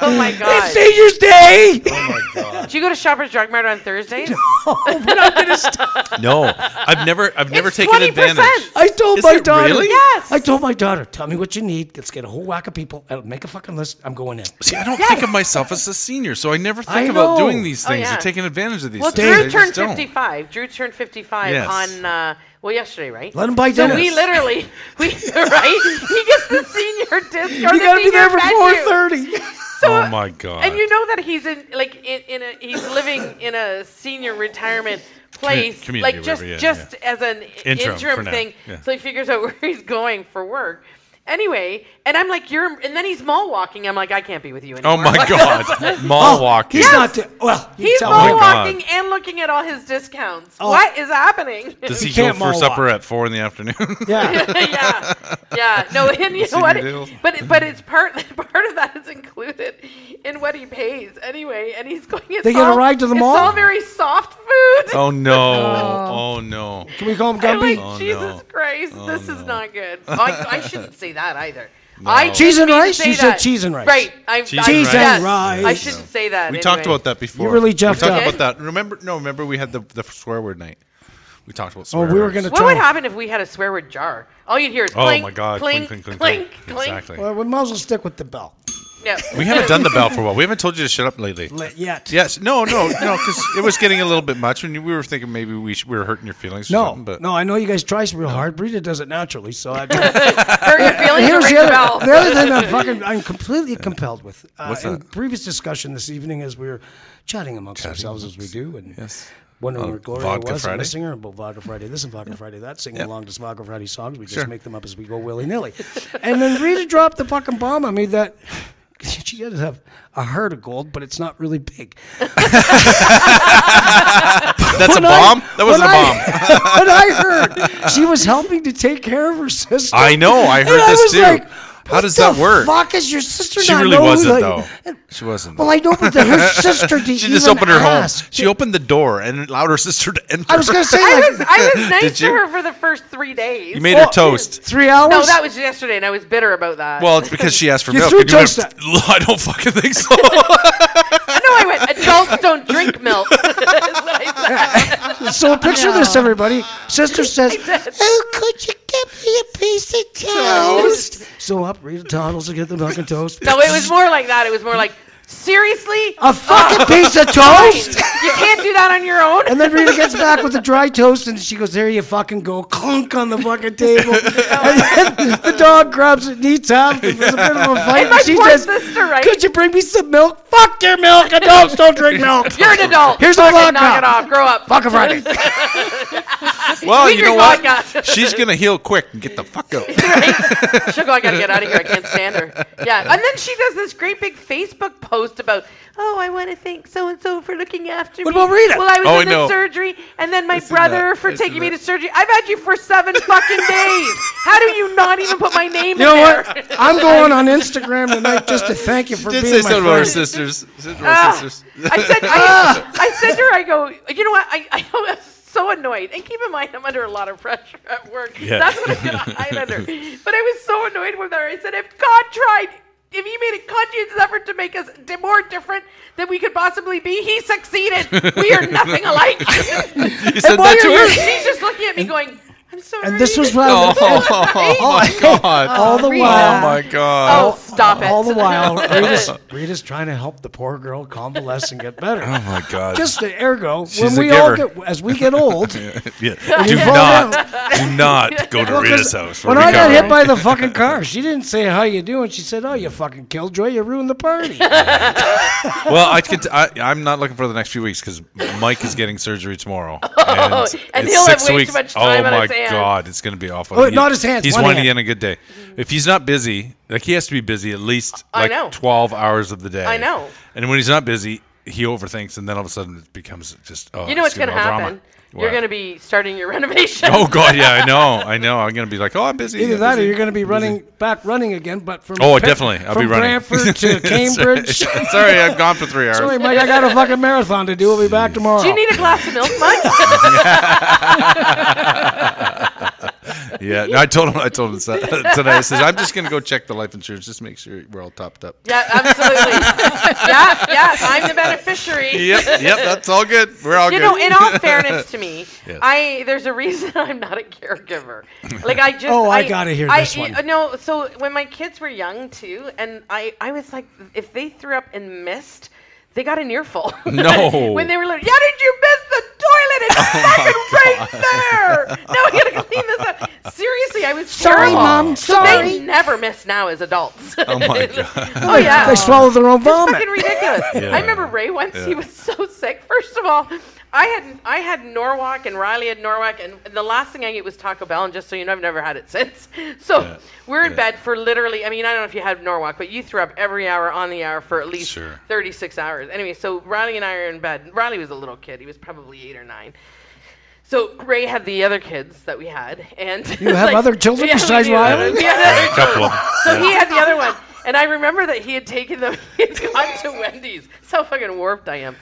oh my
it's
God.
seniors day.
Did you go to Shoppers Drug Mart on Thursdays?
Oh, but I'm gonna stop.
no, I've never, I've never
It's
taken
20%.
advantage.
I told
Is
my
it
daughter.
really?
Yes.
I told my daughter, tell me what you need. Let's get a whole whack of people. I'll make a fucking list. I'm going in.
See, I don't think of myself as a senior, so I never
I
think about
know.
doing these
Oh,
things
yeah.
or taking advantage of these
Well,
things.
Drew
I
turned
just don't.
55. Drew turned 55
Yes.
on, uh, well, yesterday, right?
Let them buy
so
dinner.
we literally, we right? He gets the senior discount.
you gotta be there for 4:30.
Oh my god.
And you know that he's in like in, in a he's living in a senior retirement place,
community,
like just
whatever, yeah,
just as an
Interim
interim,
for now,
thing.
yeah.
So he figures out where he's going for work. Anyway, and I'm like, you're, and then he's mall walking. I'm like, I can't be with you anymore.
oh my
Like,
god. Mall walking.
He's not there. Well, you
He's
tell
mall
my
me.
God.
walking and looking at all his discounts.
Oh.
What is happening?
Does he
You
go
can't
for
mall
supper
walk.
at four in the afternoon?
Yeah.
yeah, yeah. No, and you
See
know what?
your deals?
But it- but it's part part of that is included in what he pays anyway, and he's going. It's
They get a
all-
ride to the mall?
It's all very soft food.
oh no.
Oh.
Oh no.
Can we call him
I'm
Gumby?
like,
Oh,
Jesus
no.
Christ,
Oh,
this
no.
is not good. I, I shouldn't say that either. I
No.
didn't
Cheese and
mean to
rice?
say
You said
that.
cheese and rice.
Right. I,
Cheese
I,
and
yes,
rice.
rice.
I shouldn't say that.
We talked
anyway.
about that before.
really
jumped
jumped
We talked
up.
about that. Remember? No, remember we had the, the swear word night. We talked about
Oh,
swear.
we were
words.
gonna.
What
try.
would happen if we had a swear word jar? All you'd hear is
Oh
clink,
my god.
clink,
clink, clink,
clink,
Exactly.
Well, we might as well stick with the bell.
Yeah.
We haven't done the bell for a while. We haven't told you to shut up lately.
Let- Yet.
Yes. No. No. No. Because it was getting a little bit much, and we were thinking maybe we, sh- we were hurting your feelings. or
No,
something, but
no, I know you guys try real hard. Brita does it naturally, so I.
Hurt your feelings or
And here's
ring
the
the bell?
other, the other thing I'm fucking, I'm completely compelled with. Uh,
What's
In
that?
previous discussion this evening, as we were chatting amongst ourselves as we do, and
Yes.
wondering
Oh,
where Gloria
Vodka
was, and
Friday?
the singer about Vodka Friday, this and Vodka Friday, that, singing
Yeah.
along to Vodka Friday songs. We just
Sure.
make them up as we go willy nilly. and then Rita dropped the fucking bomb on me that. She does have a heart of gold, but it's not really big.
that's a
When I-
bomb. that wasn't a
when
bomb.
I, when I heard she was helping to take care of her sister,
I know. I heard
and I
this
was
too.
like,
How
"What
does
the
that work?
Fuck is your sister?
She
not
really
know who
wasn't
the-
though. She wasn't.
Well, I know, but the, her sister didn't
she just
even
opened her
ask.
home. She opened the door and allowed her sister to enter.
I was gonna say
I
like
was I was nice
Did
to
you?
her for the first three days.
you made
Well,
her toast.
three hours.
no, that was yesterday, and I was bitter about that.
Well, it's because she asked for
You
milk.
threw
and you went,
toast at-
I don't fucking think so.
no, I went. Adults don't drink milk. That's what I said.
so picture this, everybody. Sister says,
said-
"Oh, could you get me a piece of toast?" so up Rita Donalds to get the milk and toast.
No, it was more like that. It was more like seriously,
A fucking piece of
Fine.
toast.
you can't do that on your own.
And then Rita gets back with the dry toast, and she goes, "There you fucking go!" Clunk on the fucking table, and then the dog grabs it, and eats half. There's a bit of a fight.
And my
she
poor
says,
sister, right?
"Could you bring me some milk?" Fuck Fuck your milk. Adults don't drink milk.
You're an adult.
Here's a
Fucking
vodka.
Knock it off. Grow up.
Vodka Friday.
Well,
We
you know
drink
what?
vodka.
She's gonna heal quick and get the fuck out.
Right? She'll go, I gotta get out of here. I can't stand her. Yeah. And then she does this great big Facebook post about, oh, I want to thank so and so for looking after
What
me.
about Rita?
Well, I was
Oh, I
in the
know.
surgery, and then my
I seen
brother
that.
for
I seen
taking me to
that.
surgery. I've had you for seven fucking days. How do you not even put my name
You know
in there?
what? I'm going on Instagram tonight just to thank you for
Did
being
say
my
something about her
friend.
sisters. Said to her
Ah,
sisters.
I said, I, I said to her, I go, you know what? I, I was so annoyed. And keep in mind, I'm under a lot of pressure at work.
Yeah.
That's what I'm going to hide under. But I was so annoyed with her. I said, if God tried, if he made a conscious effort to make us di- more different than we could possibly be, he succeeded. We are nothing alike.
you said
why
that to
are
her.
you-
She's just looking at me going, I'm sorry.
And this was what
Oh,
I
my
was
god.
all the
Rita.
Oh
while.
my
Oh,
god.
stop it.
All the while, Rita's, Rita's trying to help the poor girl convalesce and get
Oh
better.
my god.
Just the ergo,
She's a
when we all
giver.
get, as we get old,
yeah.
when
Do
you fall down-
not, do not go to
Well, 'cause
Rita's house. for
when I got
recovery.
hit by the fucking car, she didn't say how you doing. She said, "Oh, you fucking killjoy! You ruined the party."
well, I could. I, I'm not looking for the next few weeks because Mike is getting surgery tomorrow, and,
Oh, and
it's
he'll have way
six
too
weeks.
much time
oh
on
my
his hands.
god, it's gonna be awful.
Oh, not his hands,
He's
one
winding
hand.
in a good day. If he's not busy, like he has to be busy at least
I
like
know.
12 hours of the day.
I know.
And when he's not busy, he overthinks, and then all of a sudden it becomes just. Oh,
You know
it's
what's going to
be all drama.
happen? You're
What?
going to be starting your renovation.
Oh god, yeah, I know, I know. I'm gonna be like, oh, I'm busy.
Either
I'm
that, or
busy,
you're going to be
I'm
running
busy.
back running again, but from
Oh,
Pitt-
definitely. I'll
from
be running.
Brantford to Cambridge.
Sorry, sorry, I've gone for three hours.
Sorry, Mike, I got a fucking marathon to do. We'll be back tomorrow.
Do you need a glass of milk, Mike?
Yeah, no, I told him. I told him so- tonight. I says, "I'm just gonna go check the life insurance, just make sure we're all topped up."
Yeah, absolutely. yeah, yeah, I'm the beneficiary.
Yep, yep, that's all good. We're all
You
good.
know, in all fairness to me,
Yes.
I there's a reason I'm not a caregiver. Like I just
Oh, I gotta hear
I,
this one.
you know, so when my kids were young too, and I I was like, if they threw up and missed, they got an earful.
No. Oh
when they were little, yeah, did you miss the toilet? It's
my
fucking right there. Now I gotta clean this up. Seriously, I was
Sorry,
terrible.
mom.
They
Sorry.
never miss now as adults.
Oh my God.
oh yeah.
They swallow their own vomit.
Fucking ridiculous.
Yeah.
I remember Ray once. He
Yeah.
was so sick. First of all, I had I had Norwalk and Riley had Norwalk, and the last thing I ate was Taco Bell. And just so you know, I've never had it since. So
Yeah.
we're in
Yeah.
bed for literally. I mean, I don't know if you had Norwalk, but you threw up every hour on the hour for at least
Sure.
36 hours. Anyway, so Riley and I are in bed. Riley was a little kid. He was probably eight or nine. So Ray had the other kids that we had, and
You have other children besides Riley?
We had other
a couple. of 'em.
so he had the other one. And I remember that he had taken them, he had gone to Wendy's. That's how fucking warped I am.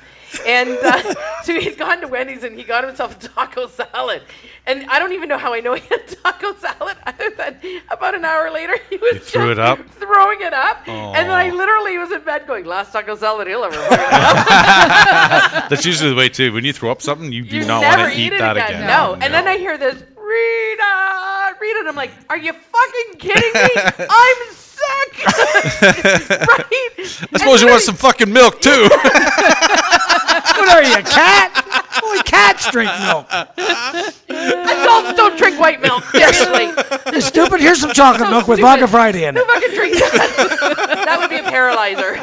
And uh, so he'd gone to Wendy's and he got himself a taco salad. And I don't even know how I know he had a taco salad, other than about an hour later he was just
threw it up?
throwing it up. And then I
Aw.
literally was in bed going, last taco salad he'll ever fucking have."
That's usually the way too. When you throw up something, you do
You
not
never
want to eat,
eat it
that
again.
again.
No. And then I hear this, Rita, Rita. And I'm like, are you fucking kidding me? I'm sick. right?
I suppose you want some fucking milk too.
What are you, a cat? Only cats drink milk.
Adults don't drink white milk. Seriously.
You're stupid. Here's some chocolate
So
milk with
stupid.
vodka Friday in
Who
it.
fucking drinks that? that would be a paralyzer.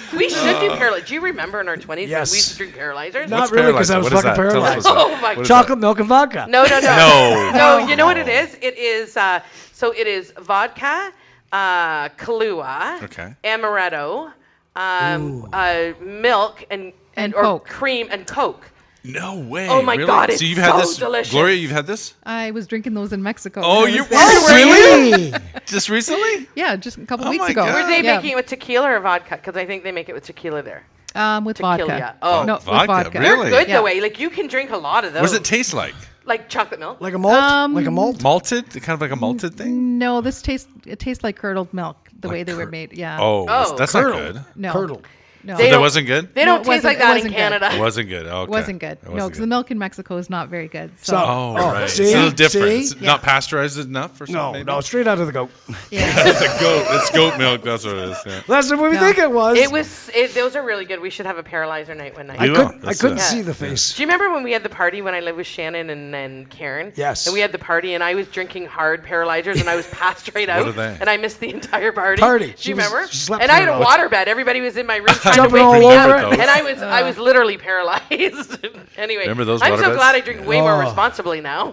we should
Uh.
do paralyzers. Do you remember in our 20s
Yes.
that we used to drink paralyzers?
Not really, 'cause I was
What is
fucking
that? Tell us what's
paralyzed.
that.
Oh my
What is that?
Chocolate milk and vodka.
No, no, no.
No.
No, you know what it is? It is, uh, so it is vodka, uh, Kahlua,
Okay.
amaretto, um, uh, milk, and,
And
or
Coke.
cream and Coke.
No way.
Oh my
really?
God, it's
so you've had
so
this,
delicious.
Gloria. You've had this
I was drinking those in Mexico.
Oh,
when I
you
was there.
were? Really?
Really?
just recently?
Yeah, just a couple
Oh
weeks
my
ago.
God.
Were they
yeah.
making it with tequila or vodka? Because I think they make it with tequila there.
um, with
Tequila,
vodka?
oh.
no, with
Vodka,
vodka.
really?
Good
Yeah.
the way. Like you can drink a lot of those.
What does it taste like?
like chocolate milk?
Like a malt?
Um,
like a malt?
Malted? Kind of like a malted thing?
Mm.
No, this tastes it tastes like curdled milk the way
Like
they were
cur-
made. Yeah.
Oh,
Oh,
that's
Curdled.
not good.
No.
Curdled.
No,
They
But that
don't-
wasn't good.
They
No,
don't
it
taste
wasn't-
like
it
that in
wasn't good.
Canada.
It wasn't good. Oh, Okay.
it wasn't good.
It
No, because the
good.
milk in Mexico is not very good. So,
So-
Oh,
Oh,
right.
see?
it's a little different.
See?
It's Not pasteurized enough or
No,
something.
no,
maybe?
straight out of the goat.
yeah,
It's a goat. It's goat milk. That's what it is. Yeah.
That's what we
No.
think it was.
It was. It, those are really good. We should have a paralyzer night one night.
I
We will.
couldn't, I
That's
couldn't
uh,
it.
see the face.
Do you remember when we had the party when I lived with Shannon and, and Karen?
Yes.
And we had the party, and I was drinking hard paralyzers, and I was passed right out,
are they?
and I missed the entire party.
Party.
Do
She
you
was-
remember?
she slept
and I had
through
a
it.
water bed. Everybody was in my room trying
Jumping
to wake
all
me
over
up,
it.
and I was I was literally paralyzed. anyway,
Remember those
I'm
water
so
beds?
glad I drink way
Oh.
more responsibly now.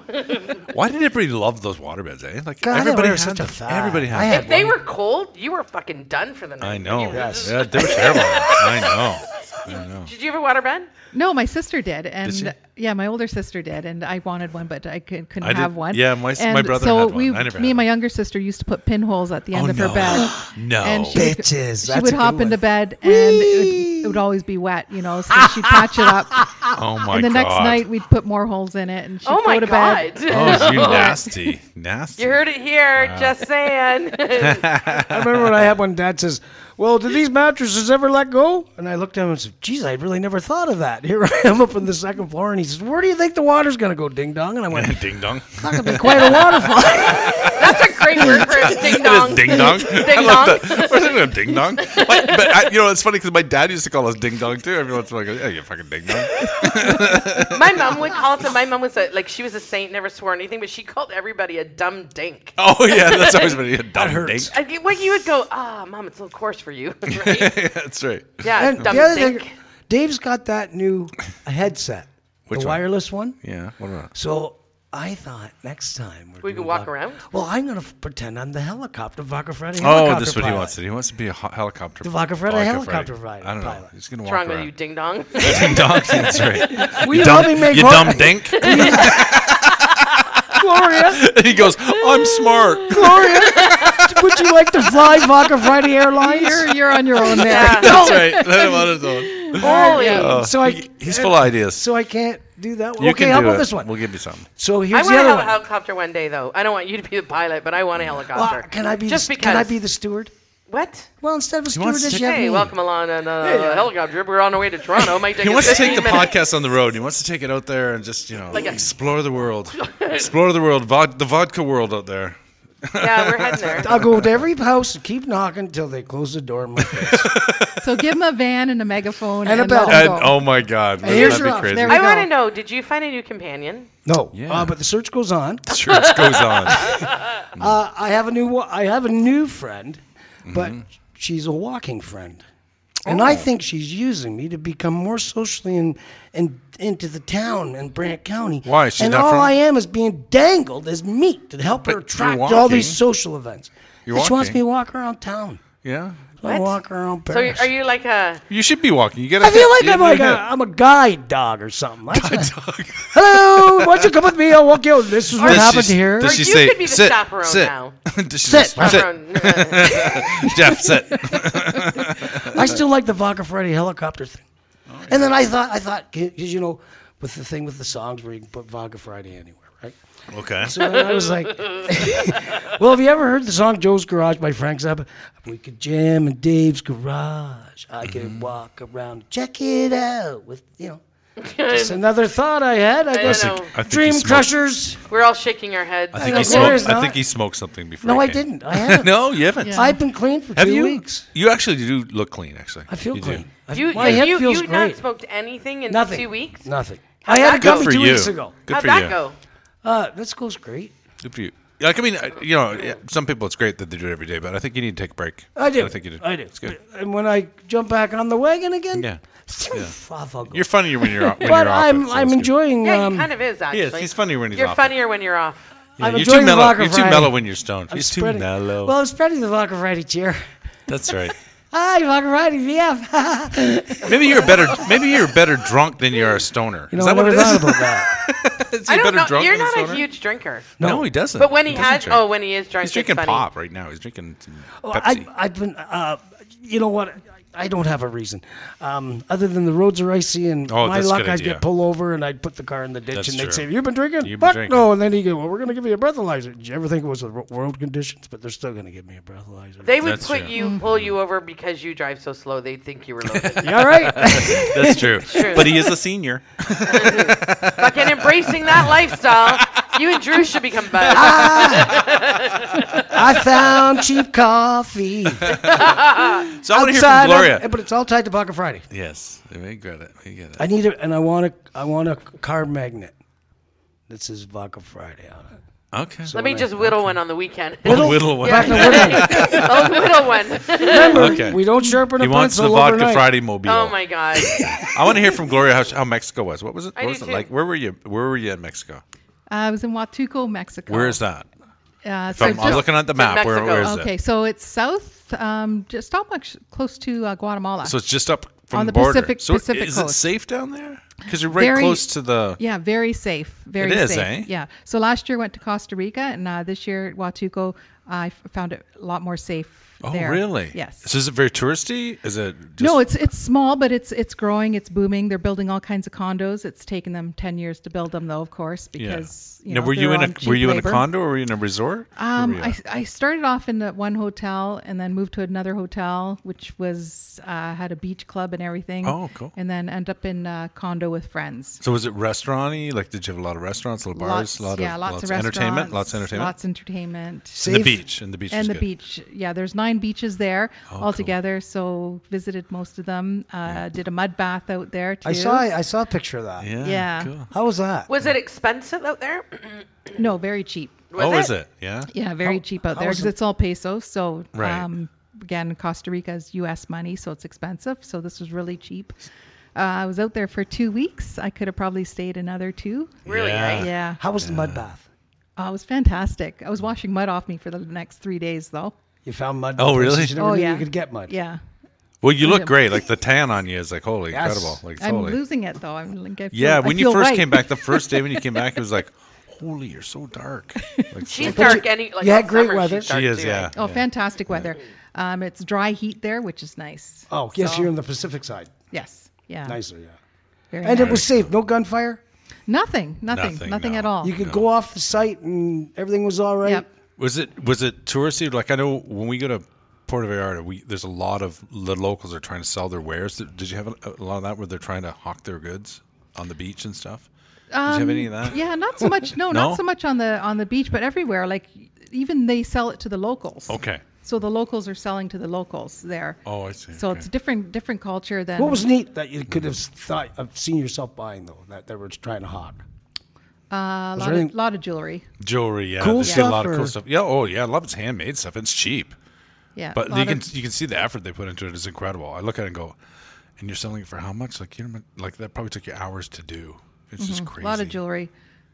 Why did everybody love those water beds? Eh? Like
God, they
everybody
were
had
such a
them.
fad.
Everybody had.
I
them.
had
if they
one.
were cold, you were fucking done for the night.
I know.
Yes.
Yeah, they were terrible. I know. I know.
Did you have a water bed?
no, my sister did, and
she?
yeah, my older sister did, and I wanted one, but I couldn't, couldn't
I did-
have one.
yeah, my s- my
And
brother
so
had one.
we,
I never
me
had
and my
one.
younger sister used to put pinholes at the end
Oh,
of her
no.
bed.
No.
and she would-
Bitches.
she would hop into bed and it would, it would always be wet, you know. So she'd patch it up,
Oh my
and the
god.
next night we'd put more holes in it, and she'd
Oh
go
my
to
god.
bed.
Oh, you nasty, nasty.
You heard it here. Just saying.
I remember when I had one. Dad says, "Well, do these mattresses ever let go?" And I looked down and said, "Geez, I really never thought of that." Here I am up on the second floor, and he says, "Where do you think the water's gonna go, ding dong?" And I went,
ding dong.
"It's gonna be quite a waterfall."
That's a great word for it. Ding dong.
Ding dong. I
Ding
love
dong.
that. Where's it ding dong? Like, but I, you know, it's funny because my dad used to call us ding dong too. Every once in a while, I go, yeah, you fucking ding dong.
My mom would call us, and my mom was a, like, she was a saint, never swore anything, but she called everybody a dumb dink.
Oh yeah, that's always been a dumb ding.
hurts.
I, get- what you would go, ah, mom, it's a little coarse for you, right?
that's right.
Yeah,
And
dumb
the other
dink.
thing, Dave's got that new headset,
Which
the
one?
wireless one.
Yeah. What about?
So I thought next time we're
We could
doing
walk
Vodka-
around?
Well, I'm gonna f- pretend I'm the helicopter Vodka Friday.
Oh,
helicopter
this is what he
pilot.
wants. To do. He wants to be a ho- helicopter.
The Vodka Friday
Vodka
helicopter
Friday.
ride-
I don't know.
pilot.
He's gonna
What's
walk
wrong with
around.
you, ding dong?
Ding dong. That's right.
Will you
Dumb-
help me make
you
vo-
dumb dink.
Gloria,
he goes, I'm smart.
Gloria, would you like to fly Vodka Friday Airlines?
You're you're on your own there.
yeah.
That's right. Let him on his own.
Holy.
Oh,
So I- uh,
he- he's full of ideas.
So I can't do that one.
you
okay,
can
how
do
about
it.
this one?
We'll give you some.
so
I
here's
want
the
to
other
have a
one.
helicopter one day, though. I don't want you to be the pilot, but I want a helicopter.
Well, can I be?
Just
the,
because.
Can I be the steward?
What?
Well, instead of a
wants
stewardess,
to-
you have
Hey,
me.
welcome along on a helicopter. We're on our way to Toronto. Might take
He
us
wants to take the
15 minutes.
podcast on the road. He wants to take it out there and just, you know,
Like a-
explore the world. explore the world. Vod- the vodka world out there.
Yeah, we're heading there.
I'll go to every house and keep knocking until they close the door. in my face.
So give him a van and a megaphone
And
and,
a bell.
let him
And,
go.
oh, my God. Wouldn't
here's
that
your
be
option.
crazy?
There
I
go.
want to know, did you find a new companion?
no,
Yeah.
uh, but the search goes on.
Church goes on.
Uh, I have a new wa- I have a new friend, but
Mm-hmm.
she's a walking friend, and
Oh.
I think she's using me to become more socially and in, into the town and Brant County.
Why? She's
and
not
all
from-
I am is being dangled as meat to help her
you're
attract to all these
walking.
social events.
You're
And she wants
walking.
me to walk around town.
Yeah.
So I
What?
walk around
So
Paris.
are you like a
You should be walking. You gotta
I feel like
you
I'm like a,
gotta
I'm a guide dog or something. Like,
hit. Dog.
Hello, why don't you come with me? I'll walk you. This is what
Does she-
happened here.
Or
does she
you
say,
could be the
sit,
chaperone
sit.
now.
Does she
Sit.
say, sit.
chaperone? Uh,
Jeff, sit.
I still like the Vodka Friday helicopter thing. And then I thought, I thought, because you know, with the thing with the songs where you can put Vodka Friday anywhere, right?
okay.
So then I was like, well, have you ever heard the song Joe's Garage by Frank Zappa? We could jam in Dave's garage. I could walk around, check it out with, you know. Just another thought I had. I, guess
know.
I think he
Dream
smoked-
Crushers.
We're all shaking our heads.
I think,
No,
he
Gloria's
smoked, I
not.
think he smoked something before.
No,
he
I
came.
didn't. I haven't.
No, you haven't.
Yeah.
I've been clean for
Have
two
you?
weeks.
You actually do look clean, actually.
I feel
You do.
clean. I-
You,
my
you,
head
you,
feels
you
great.
not smoked anything in
Nothing.
two weeks?
Nothing. I had a
that go?
gummy
Good for
two
you.
weeks ago.
Good
How'd
for
that
you.
go?
Uh, this goes great.
Good for you. Like, I mean, I- you know, yeah, some people it's great that they do it every day, but I think you need to take a break.
I do.
I think you do.
I do.
It's good.
And when I jump back on the wagon again,
Yeah.
off I'll go.
You're funnier when you're off. When
but
you're
I'm
off it, so
I'm
it's good.
enjoying.
Yeah,
um,
he kind of is, actually.
He is. He's funnier when he's
You're
off. it.
funnier when you're off.
Yeah,
I'm
you're too
enjoying the
mellow.
Rock of
You're too
Friday.
mellow when you're stoned.
I'm
He's too
spreading-
mellow.
Well, I'm spreading the Vodka Friday cheer.
That's right.
Hi, Vodka Friday VF.
Maybe you're better. Maybe you're better drunk than you're a stoner.
you
is
know, I
that what
never
it
thought
is?
about that.
Is he
I don't
better
know.
drunk
You're
than
not
a
a
stoner?
huge drinker.
No.
No.
he doesn't.
But when he,
doesn't
has,
drink.
oh, when he is drunk,
he's drinking
it's funny.
pop right now. He's drinking some
Well,
Pepsi.
I, I've been. Uh, you know what? I don't have a reason. Um, other than the roads are icy and
Oh,
my
that's a
luck,
good
I'd
idea.
get pulled over and I'd put the car in the ditch
That's
and they'd
true.
say, "You've been drinking?
You've been
Fuck
drinking."
no!" And then he go, "Well, we're gonna give you a breathalyzer." Did you ever think it was the ro- road conditions? But they're still gonna give me a breathalyzer.
They would
That's
put
true.
you, pull you over because you drive so slow. They'd think you were loaded.
You all right?
That's true.
True.
But he is a senior.
Fucking embracing that lifestyle. You and Drew should become buds.
Ah.
I found cheap coffee
So I want to hear
outside
from
of- eh,
Gloria.
but it's all tied to Pocket Friday.
Yes, we get it. We get it.
I need it, and I want a, I want a car magnet. This is Vodka Friday on it.
Okay.
Let me just whittle one on the weekend.
Little, little one.
Back to wood.
I'll whittle one.
Remember,
Okay.
we don't sharpen
He
a
wants
pencil
the vodka
overnight.
Friday mobile.
Oh my god.
I want to hear from Gloria how, sh- how Mexico was. What was it?
I
What
do
was it
too.
like? Where were you? Where were you in Mexico?
Uh, I was in Huatuco, Mexico.
Where is that?
Uh,
If I'm, I'm looking at the
in
map. Where,
Oh. Mexico.
where is
okay,
it?
so it's south, um, just not much close to uh, Guatemala.
So it's just up from
On the
border.
Pacific-
so
Pacific
is it
coast.
safe down there? Because you're right
Very-
close to the.
yeah, very safe. Very
It is,
safe.
eh?
Yeah. So last year went to Costa Rica, and uh, this year at Huatuco, I f- found it a lot more safe.
Oh
there.
really?
Yes.
So is it very touristy? Is it? Just,
no, it's it's small, but it's it's growing. It's booming. They're building all kinds of condos. It's taken them ten years to build them, though, of course,
yeah.
because you
now,
know,
were you
they're
in
on
a
cheap
were you in a
labor.
condo or were you in a resort? Where
Um,
were you
I,
at?
I started off in the one hotel and then moved to another hotel, which was uh, had a beach club and everything.
Oh, cool.
And then end up in a condo with friends.
so was it restauranty? Like, did you have a lot of restaurants, little bars,
Lots,
a lot
yeah,
of
lots, of
entertainment,
restaurants,
lots of entertainment,
lots of entertainment,
and the
Safe.
beach, and the beach, was
and the
good. Oh,
beach. Yeah, there's nine beaches there
cool. Mm.
altogether. So visited most of them. Uh, Did a mud bath out there too.
I saw I saw a picture of that.
Yeah.
Yeah.
Cool.
How was that?
Was it expensive out there?
No, very cheap.
Was
oh,
it?
is it? Yeah.
Yeah, very cheap out
how
there
is
because
it-
it's all pesos. So,
Right.
um, again, Costa Rica is U.S. money, so it's expensive. So this was really cheap. Uh, I was out there for two weeks. I could have probably stayed another two.
Really?
Yeah.
Right?
Yeah,
How was the mud bath?
uh, it was fantastic. I was washing mud off me for the next three days, though.
You found mud.
Oh,
places
really?
You never
Oh,
knew
yeah.
You could get mud.
Yeah,
Well, you look
Yeah.
great. Like the tan on you is like holy,
Yes.
incredible. Like
I'm
totally.
losing it though. I'm like, I feel,
yeah,
I
when you
feel
first
white.
came back, the first day when you came back, it was like, holy, you're so dark. Like, so
She's
But
dark
you-
any like
you had
all
great
summer she's
weather. She
dark
she is,
too,
yeah.
right?
Oh, fantastic weather. Um, it's dry heat there, which is nice.
Oh, yes,
So-
you're in the Pacific side.
Yes. Yeah.
Nicer, yeah.
Very
And
nice.
it was safe. No gunfire.
nothing, nothing,
Nothing,
nothing,
no.
at all.
You could go off the site and everything was all right.
Oh. Yep.
Was it was it touristy? Like I know when we go to Puerto Vallarta, we there's a lot of the locals are trying to sell their wares. Did you have a, a lot of that where they're trying to hawk their goods on the beach and stuff? Did you have any of that?
Yeah, not so much. No,
No?
not so much on the on the beach, but everywhere. Like even they sell it to the locals.
Okay.
So the locals are selling to the locals there.
Oh, I see.
So
okay.
it's different different culture than
What was neat that you could have thought of seen yourself buying though that they were trying to hawk. was
uh, a lot,
there
of,
anything-
lot of jewelry.
jewelry. Yeah,
Cool
they did a lot
stuff
of cool
or-
stuff. Yeah. Oh, yeah. I love it's handmade stuff. It's cheap.
Yeah.
But
lot
you
of-
can you can see the effort they put into it is incredible. I look at it and go, and you're selling it for how much? Like you like that probably took you hours to do. It's just
Mm-hmm. a
crazy.
lot of jewelry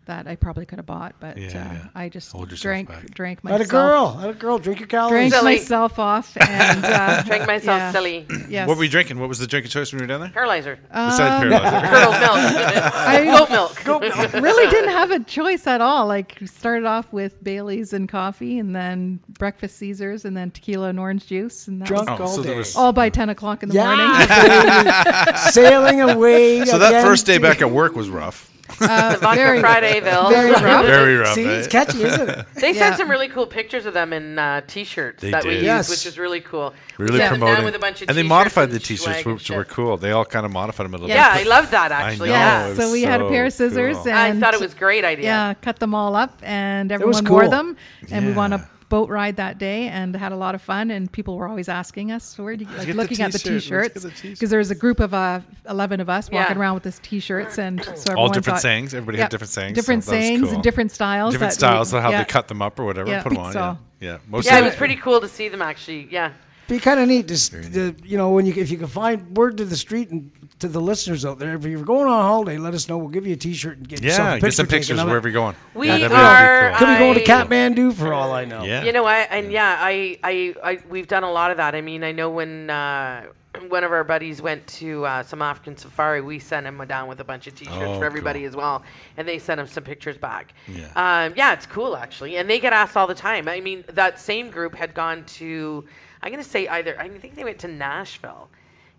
that I probably could have bought, but
Yeah,
uh,
yeah.
I just
Hold yourself
drank
back.
drank
Let
myself
a girl, let a girl drink your calories.
drank
Silly.
myself off and uh,
Drank myself
yeah,
silly.
Yes. Uh, Um,
What were you drinking? What was the drinking choice when you were down there?
Paralyzer.
Besides Paralyzer.
Curdled milk. Goat milk.
really didn't have a choice at all. Like started off with Bailey's and coffee, and then breakfast Caesars, and then tequila and orange juice, and that
Drunk
was
Oh,
all
so there
day.
was-
all by ten o'clock in the morning.
Yeah, baby. sailing away.
So that
again
first day
to-
back at work was rough.
Uh,
Vodka
very,
Fridayville.
very rough.
Very rough.
See,
eh?
it's catchy, isn't it?
They
Yeah.
sent some really cool pictures of them in uh, T-shirts
They
that we
did.
used,
Yes.
which is really cool.
Really
yeah.
promoting.
With a bunch of
and they
t-shirts
modified
and
the t-shirts,
swag and
which were
shit.
cool. They all kind of modified them a little
Yeah,
bit.
I love that actually.
know.
yeah.
Oh, it
Yeah. So
was
we had a
so
pair of scissors,
cool.
and
I thought it was a great idea.
yeah, cut them all up, and
was
everyone wore
cool.
them, and we won
Yeah.
a boat ride that day and had a lot of fun and people were always asking us where do you like
get the
looking at the
t-shirt, let's get
t-shirts
the t-shirt.
because there was a group of uh 11 of us
Yeah.
walking around with these t-shirts and so
all
everyone
different
thought-
sayings. Everybody
Yeah,
had different sayings.
different
so that was
sayings
cool.
and different styles.
different
that we-
styles of how
yeah.
they cut them up or whatever
Yeah.
and put them on.
So-
Yeah, yeah. Most
Yeah,
of
it was pretty cool to see them actually. Yeah.
Be kind of neat. Just the, you know, when you if you can find word to the street and to the listeners out there, if you're going on holiday, let us know. We'll give you a T-shirt and get
Yeah,
yourself a
get some
picture taken
pictures
of it.
wherever you're going.
We
yeah, that'd be-
are.
that'd be
Could be going to
I-
Kathmandu for all I know.
cool. Yeah.
You know, I and yeah, I, I, I, we've done a lot of that. I mean, I know when uh, one of our buddies went to uh, some African safari, we sent him down with a bunch of T-shirts
Oh,
for everybody
cool.
as well, and they sent him some pictures back.
Yeah.
um, yeah, it's cool actually, and they get asked all the time. I mean, that same group had gone to, I'm gonna say either, I think they went to Nashville.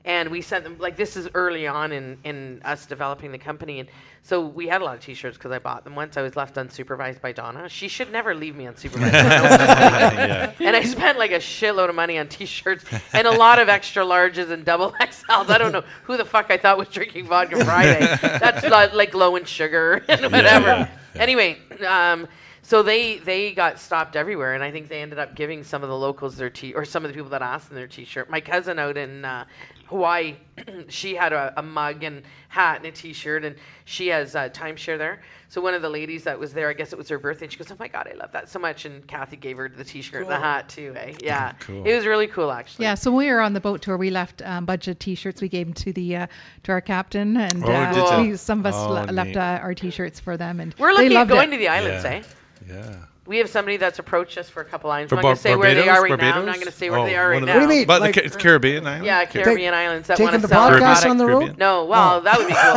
and we sent them like this is early on in in us developing the company and so we had a lot of t-shirts because i bought them once i was left unsupervised by donna she should never leave me unsupervised
yeah.
and i spent like a shitload of money on t-shirts and a lot of extra larges and double xls i don't know who the fuck i thought was drinking vodka friday that's not, like low in sugar and whatever
yeah, yeah.
anyway um so they they got stopped everywhere, and I think they ended up giving some of the locals their t or some of the people that asked them their t-shirt. My cousin out in uh, Hawaii, she had a, a mug and hat and a t-shirt, and she has uh, timeshare there. So one of the ladies that was there, I guess it was her birthday, and she goes, "Oh my god, I love that so much!" And Kathy gave her the t-shirt and the hat too. Eh? Yeah,
Cool.
it was really cool actually.
Yeah, so when we were on the boat tour, we left um, budget T-shirts. We gave them to the uh, to our captain, and
Oh,
uh,
did
ya?
we- some of us
Oh,
le- left
neat.
uh, our T-shirts for them, and
We're
they
looking at
loved
going
it.
to the islands, eh?
Yeah.
We have somebody that's approached us for a couple islands.
For
I'm not gonna
Bar-
say where they
Barbados?
are right now. I'm not
Barbados?
gonna say where
Oh,
they are right
one
now.
of the-
What do you mean?
But
Like-
the Ca- Caribbean island?
Yeah,
Okay.
Caribbean islands that want
Taking
to
the
sell their
podcast
product.
on the Oh. road?
Caribbean.
No, wow, that would be cool,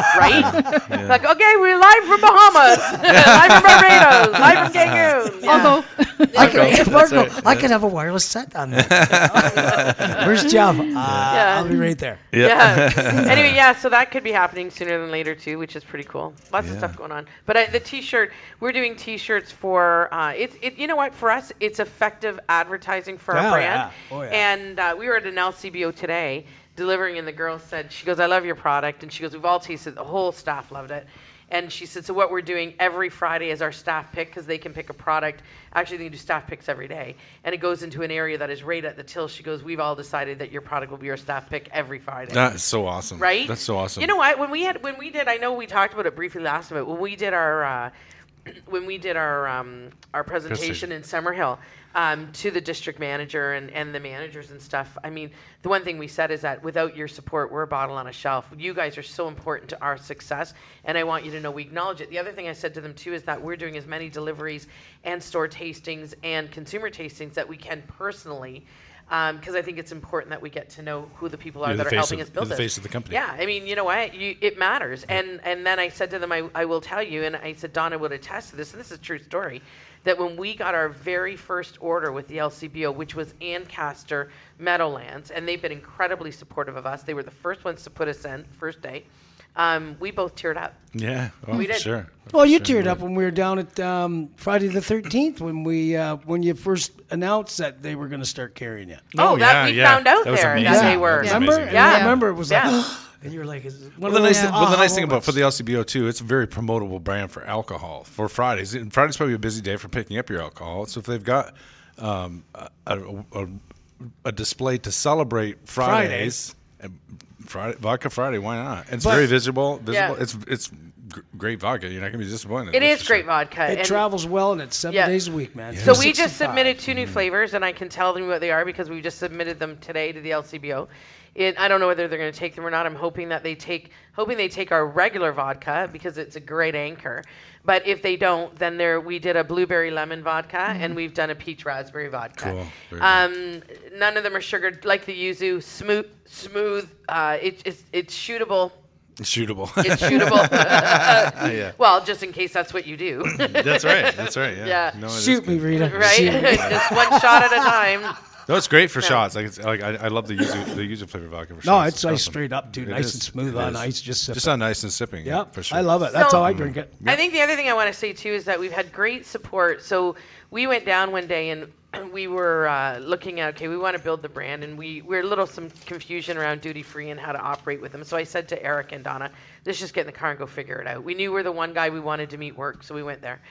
right? Like, okay, we're live from Bahamas, live from Barbados, live from Cancun. Yeah.
Although
I could,
That's
Marco,
right,
I
yeah.
could have a wireless set on that. Where's Java? Uh, I'll be right there.
yeah. anyway, yeah, so that could be happening sooner than later too, which is pretty cool. Lots of
Yeah.
stuff going on. But I, the T-shirt, we're doing T-shirts for uh, it's it. You know what? For us, it's effective advertising for
Oh,
our
yeah.
brand.
Oh, yeah.
And uh, we were at an LCBO today delivering, and the girl said, "She goes, I love your product," and she goes, "We've all tasted. it. The whole staff loved it." And she said, "So what we're doing every Friday is our staff pick because they can pick a product. Actually, they can do staff picks every day, and it goes into an area that is right at the till." She goes, "We've all decided that your product will be your staff pick every Friday."
That's so awesome.
right?
That's so awesome.
You know what? When we had, when we did, I know we talked about it briefly last time, but when we did our, uh, when we did our um, our presentation in Summerhill um, to the district manager and, and the managers and stuff, I mean, the one thing we said is that without your support, we're a bottle on a shelf. You guys are so important to our success, and I want you to know we acknowledge it. The other thing I said to them too is that we're doing as many deliveries and store tastings and consumer tastings that we can personally. Because I think it's important that we get to know who the people are
You're the
that are
face
helping
of-
us build
you're the
this.
face of the company.
Yeah, I mean, you know what? You, it matters. And and then I said to them, I, I will tell you, and I said, Donna would attest to this, and this is a true story, that when we got our very first order with the LCBO, which was Ancaster Meadowlands, and they've been incredibly supportive of us. They were the first ones to put us in, first day. Um, we both teared up.
Yeah. Oh,
We did.
sure.
Well, you
Sure
teared
did.
up when we were down at um, Friday the 13th when we uh, when you first announced that they were going to start carrying you.
Oh, that
yeah,
we
yeah.
found out
That was
there
amazing.
that they were.
That was
Remember?
amazing.
And I
Yeah.
remember it was
Yeah.
like, and you were like, is it
Well,
one
the nice,
those
thing, well, the
aha
Oh,
nice thing about
moments?
for the LCBO too, it's a very promotable brand for alcohol for Fridays. And Friday's probably a busy day for picking up your alcohol. So if they've got um, a, a, a, a display to celebrate Fridays, and Friday vodka Friday, why not? It's
But-
very visible. Visible.
Yeah.
It's it's gr- great vodka. You're not gonna be disappointed.
It
that's
is
for
great
sure.
vodka.
It
and-
travels well and it's seven
Yeah.
days a week, man.
So we just
365.
submitted two new
Mm-hmm.
flavors, and I can tell them what they are because we just submitted them today to the LCBO. It, I don't know whether they're going to take them or not. I'm hoping that they take, hoping they take our regular vodka because it's a great anchor. But if they don't, then there we did a blueberry lemon vodka and we've done a peach raspberry vodka.
Mm-hmm. Cool. Very
Um, none of them are sugared like the yuzu. Smooth, smooth. Uh, it, it's it's shootable.
It's shootable.
It's shootable.
yeah.
Well, just in case that's what you do.
That's right. That's right. Yeah.
Yeah.
No, it is
Shoot me,
good.
Rita.
right?
Shoot me.
just one shot at a time.
No, it's great for shots. Like, it's, like I, I love the user the user flavor vodka. For
No,
shots.
it's nice
awesome.
straight up, dude.
It
nice
is.
and smooth
It
on
is.
ice. Just sip
Just
it.
on ice and sipping. Yeah,
Yeah,
for sure.
I love it. That's
So-
how I drink it.
I think the other thing I want to say too is that we've had great support. So we went down one day and we were uh, looking at okay, we want to build the brand, and we we're a little some confusion around duty free and how to operate with them. So I said to Eric and Donna, let's just get in the car and go figure it out. We knew we're the one guy we wanted to meet work, so we went there.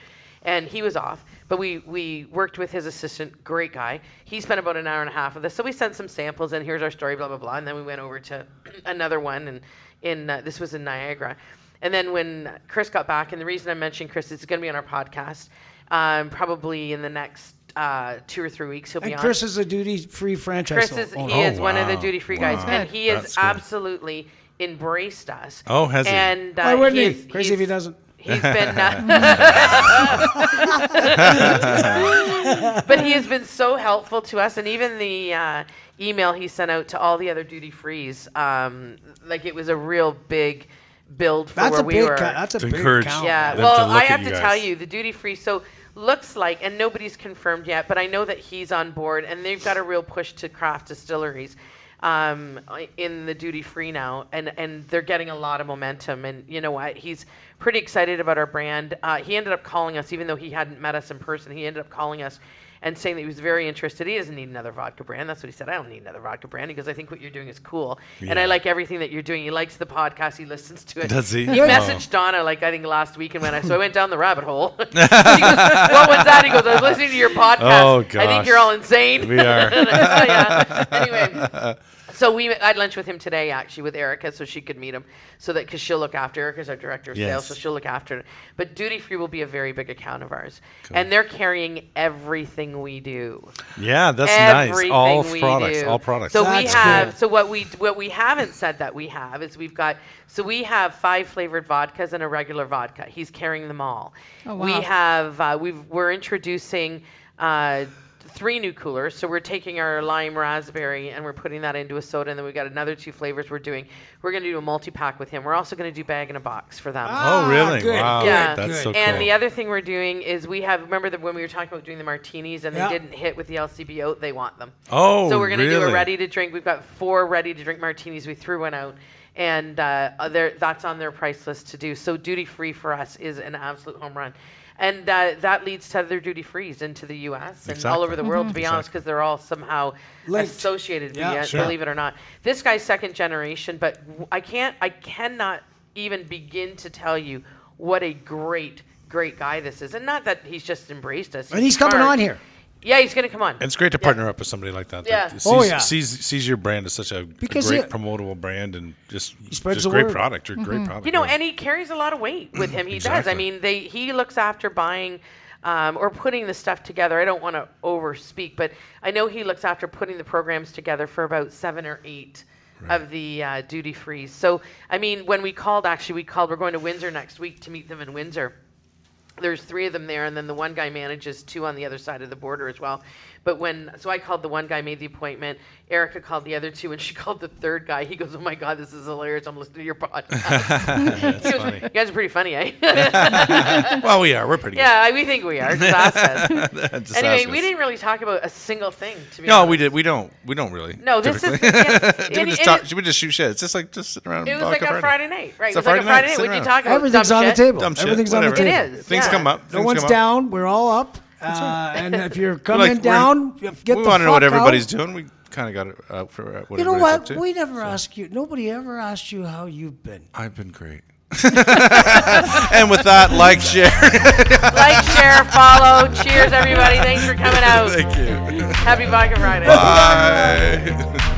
And he was off, but we, we worked with his assistant, great guy. He spent about an hour and a half of this, so we sent some samples and here's our story, blah blah blah. And then we went over to another one, and in uh, this was in Niagara, and then when Chris got back, and the reason I mentioned Chris is going to be on our podcast, um, probably in the next uh, two or three weeks. He'll be
And
on.
Chris is a duty-free franchise
Chris is he
owner.
Oh,
is one of the
wow.
duty free
Wow.
guys, and he has
That's good.
absolutely embraced us.
Oh, has he?
and, uh,
Why wouldn't
he's-
he? Crazy if he
he's-
doesn't.
He's been, uh, but he has been so helpful to us, and even the uh, email he sent out to all the other duty frees, um, like it was a real big build for
That's
where
a
we
big.
were.
Ca- that's a
To
big
encourage-
count.
Yeah.
them to
Well,
look
I
at
have
you
to tell
guys.
you, the duty free. So looks like, and nobody's confirmed yet, but I know that he's on board, and they've got a real push to craft distilleries. um, i- in the duty free now, and and they're getting a lot of momentum. And you know what? He's pretty excited about our brand. Uh, he ended up calling us, even though he hadn't met us in person. He ended up calling us. And saying that he was very interested. He doesn't need another vodka brand. That's what he said. I don't need another vodka brand. He goes, I think what you're doing is cool. And I like everything that you're doing. He likes the podcast. He listens to it.
Does he? Oh.
He
Oh.
Yeah.
messaged Donna like I think last week and when I so I went down the rabbit hole. he goes, what was that? He goes, I was listening to your podcast.
Oh,
I
gosh.
think you're all insane.
We are.
And I- yeah. Anyway, so we I had lunch with him today actually with Erica so she could meet him so that because she'll look after Erica's our director of sales
Yes.
so she'll look after it. But duty free will be a very big account of ours, and they're carrying everything we do
Yeah, that's nice.
everything
All
we
products,
do.
all products.
So
That's
we have.
good.
So what we what we haven't said that we have is we've got. So we have five flavored vodkas and a regular vodka. He's carrying them all.
Oh,
We
wow.
have. Uh, we've we're introducing. Uh, Three new coolers. So we're taking our lime raspberry and we're putting that into a soda, and then we've got another two flavors we're doing. We're going to do a multi pack with him. We're also going to do bag in a box for them.
Oh, really?
Ah, good,
Wow.
good,
Yeah.
That's so
good.
And
cool.
the other thing we're doing is we have remember that when we were talking about doing the martinis and
Yeah.
they didn't hit with the LCBO, they want them.
Oh,
so we're gonna do
really?
a ready to drink. We've got four ready to drink martinis. We threw one out, and uh, other that's on their price list to do. So duty free for us is an absolute home run. And uh, that leads to other duty frees into the U.S. and all
Exactly.
over the world, to be honest, because they're all somehow
Linked.
associated.
Mm-hmm. Yeah,
via-
sure.
Believe it or not, this guy's second generation, but w- I can't, I cannot even begin to tell you what a great, great guy this is. And not that he's just embraced us.
And he's coming
smart.
on here.
Yeah, he's gonna come on.
And it's great to partner up with somebody like that. that
Yeah.
sees,
Oh, yeah.
Sees, sees your brand as such a, a
Because
great
it-
promotable brand and just,
spreads
just
the
great
word. Mm-hmm.
product. You're a great product.
You know,
yeah.
and he carries a lot of weight with him. He does.
Exactly.
I mean, they he looks after buying um, or putting the stuff together. I don't want to overspeak, but I know he looks after putting the programs together for about seven or eight of the uh, duty free. So, I mean, when we called, actually, we called. We're going to Windsor next week to meet them in Windsor there's three of them there, and then the one guy manages two on the other side of the border as well. But when, so I called the one guy, made the appointment. Erica called the other two, and she called the third guy. He goes, "Oh my God, this is hilarious! I'm listening to your podcast. He goes,
funny.
You guys are pretty funny, eh?
well, we are. We're pretty
yeah, I- we think we are. Just ask us.
good. Just
anyway,
ask
we
us.
didn't really talk about a single thing. To be
No,
honest.
we did. We don't. We don't really.
No, this is-
typically.
yeah.
Do we
And-
just
and
talk?
it-
do we just shoot shit? It's just like just sitting around.
It
and
was like
talk
on
about
Friday night, right?
It's
it
a
was like on
Friday
Friday night.
night, sit
What'd you
around.
talk about?
Everything's
Dumb
on the
shit?
table.
Dumb shit,
Everything's on the
whatever.
table.
It is.
Things
yeah.
come up.
No
things
one's
come up.
down. We're all up. Uh, and if you're coming
we're-
down, get
we
the
want to know what
fuck
everybody's
out.
doing. We kind of got it out for uh, what
You know
everybody's up
what?
to.
We never ask you. Nobody ever asked you how you've been.
I've been great. and with that, like, share.
Like, share, follow. Cheers, everybody. Thanks for coming out.
Thank you.
Happy Vodka Friday.
Bye.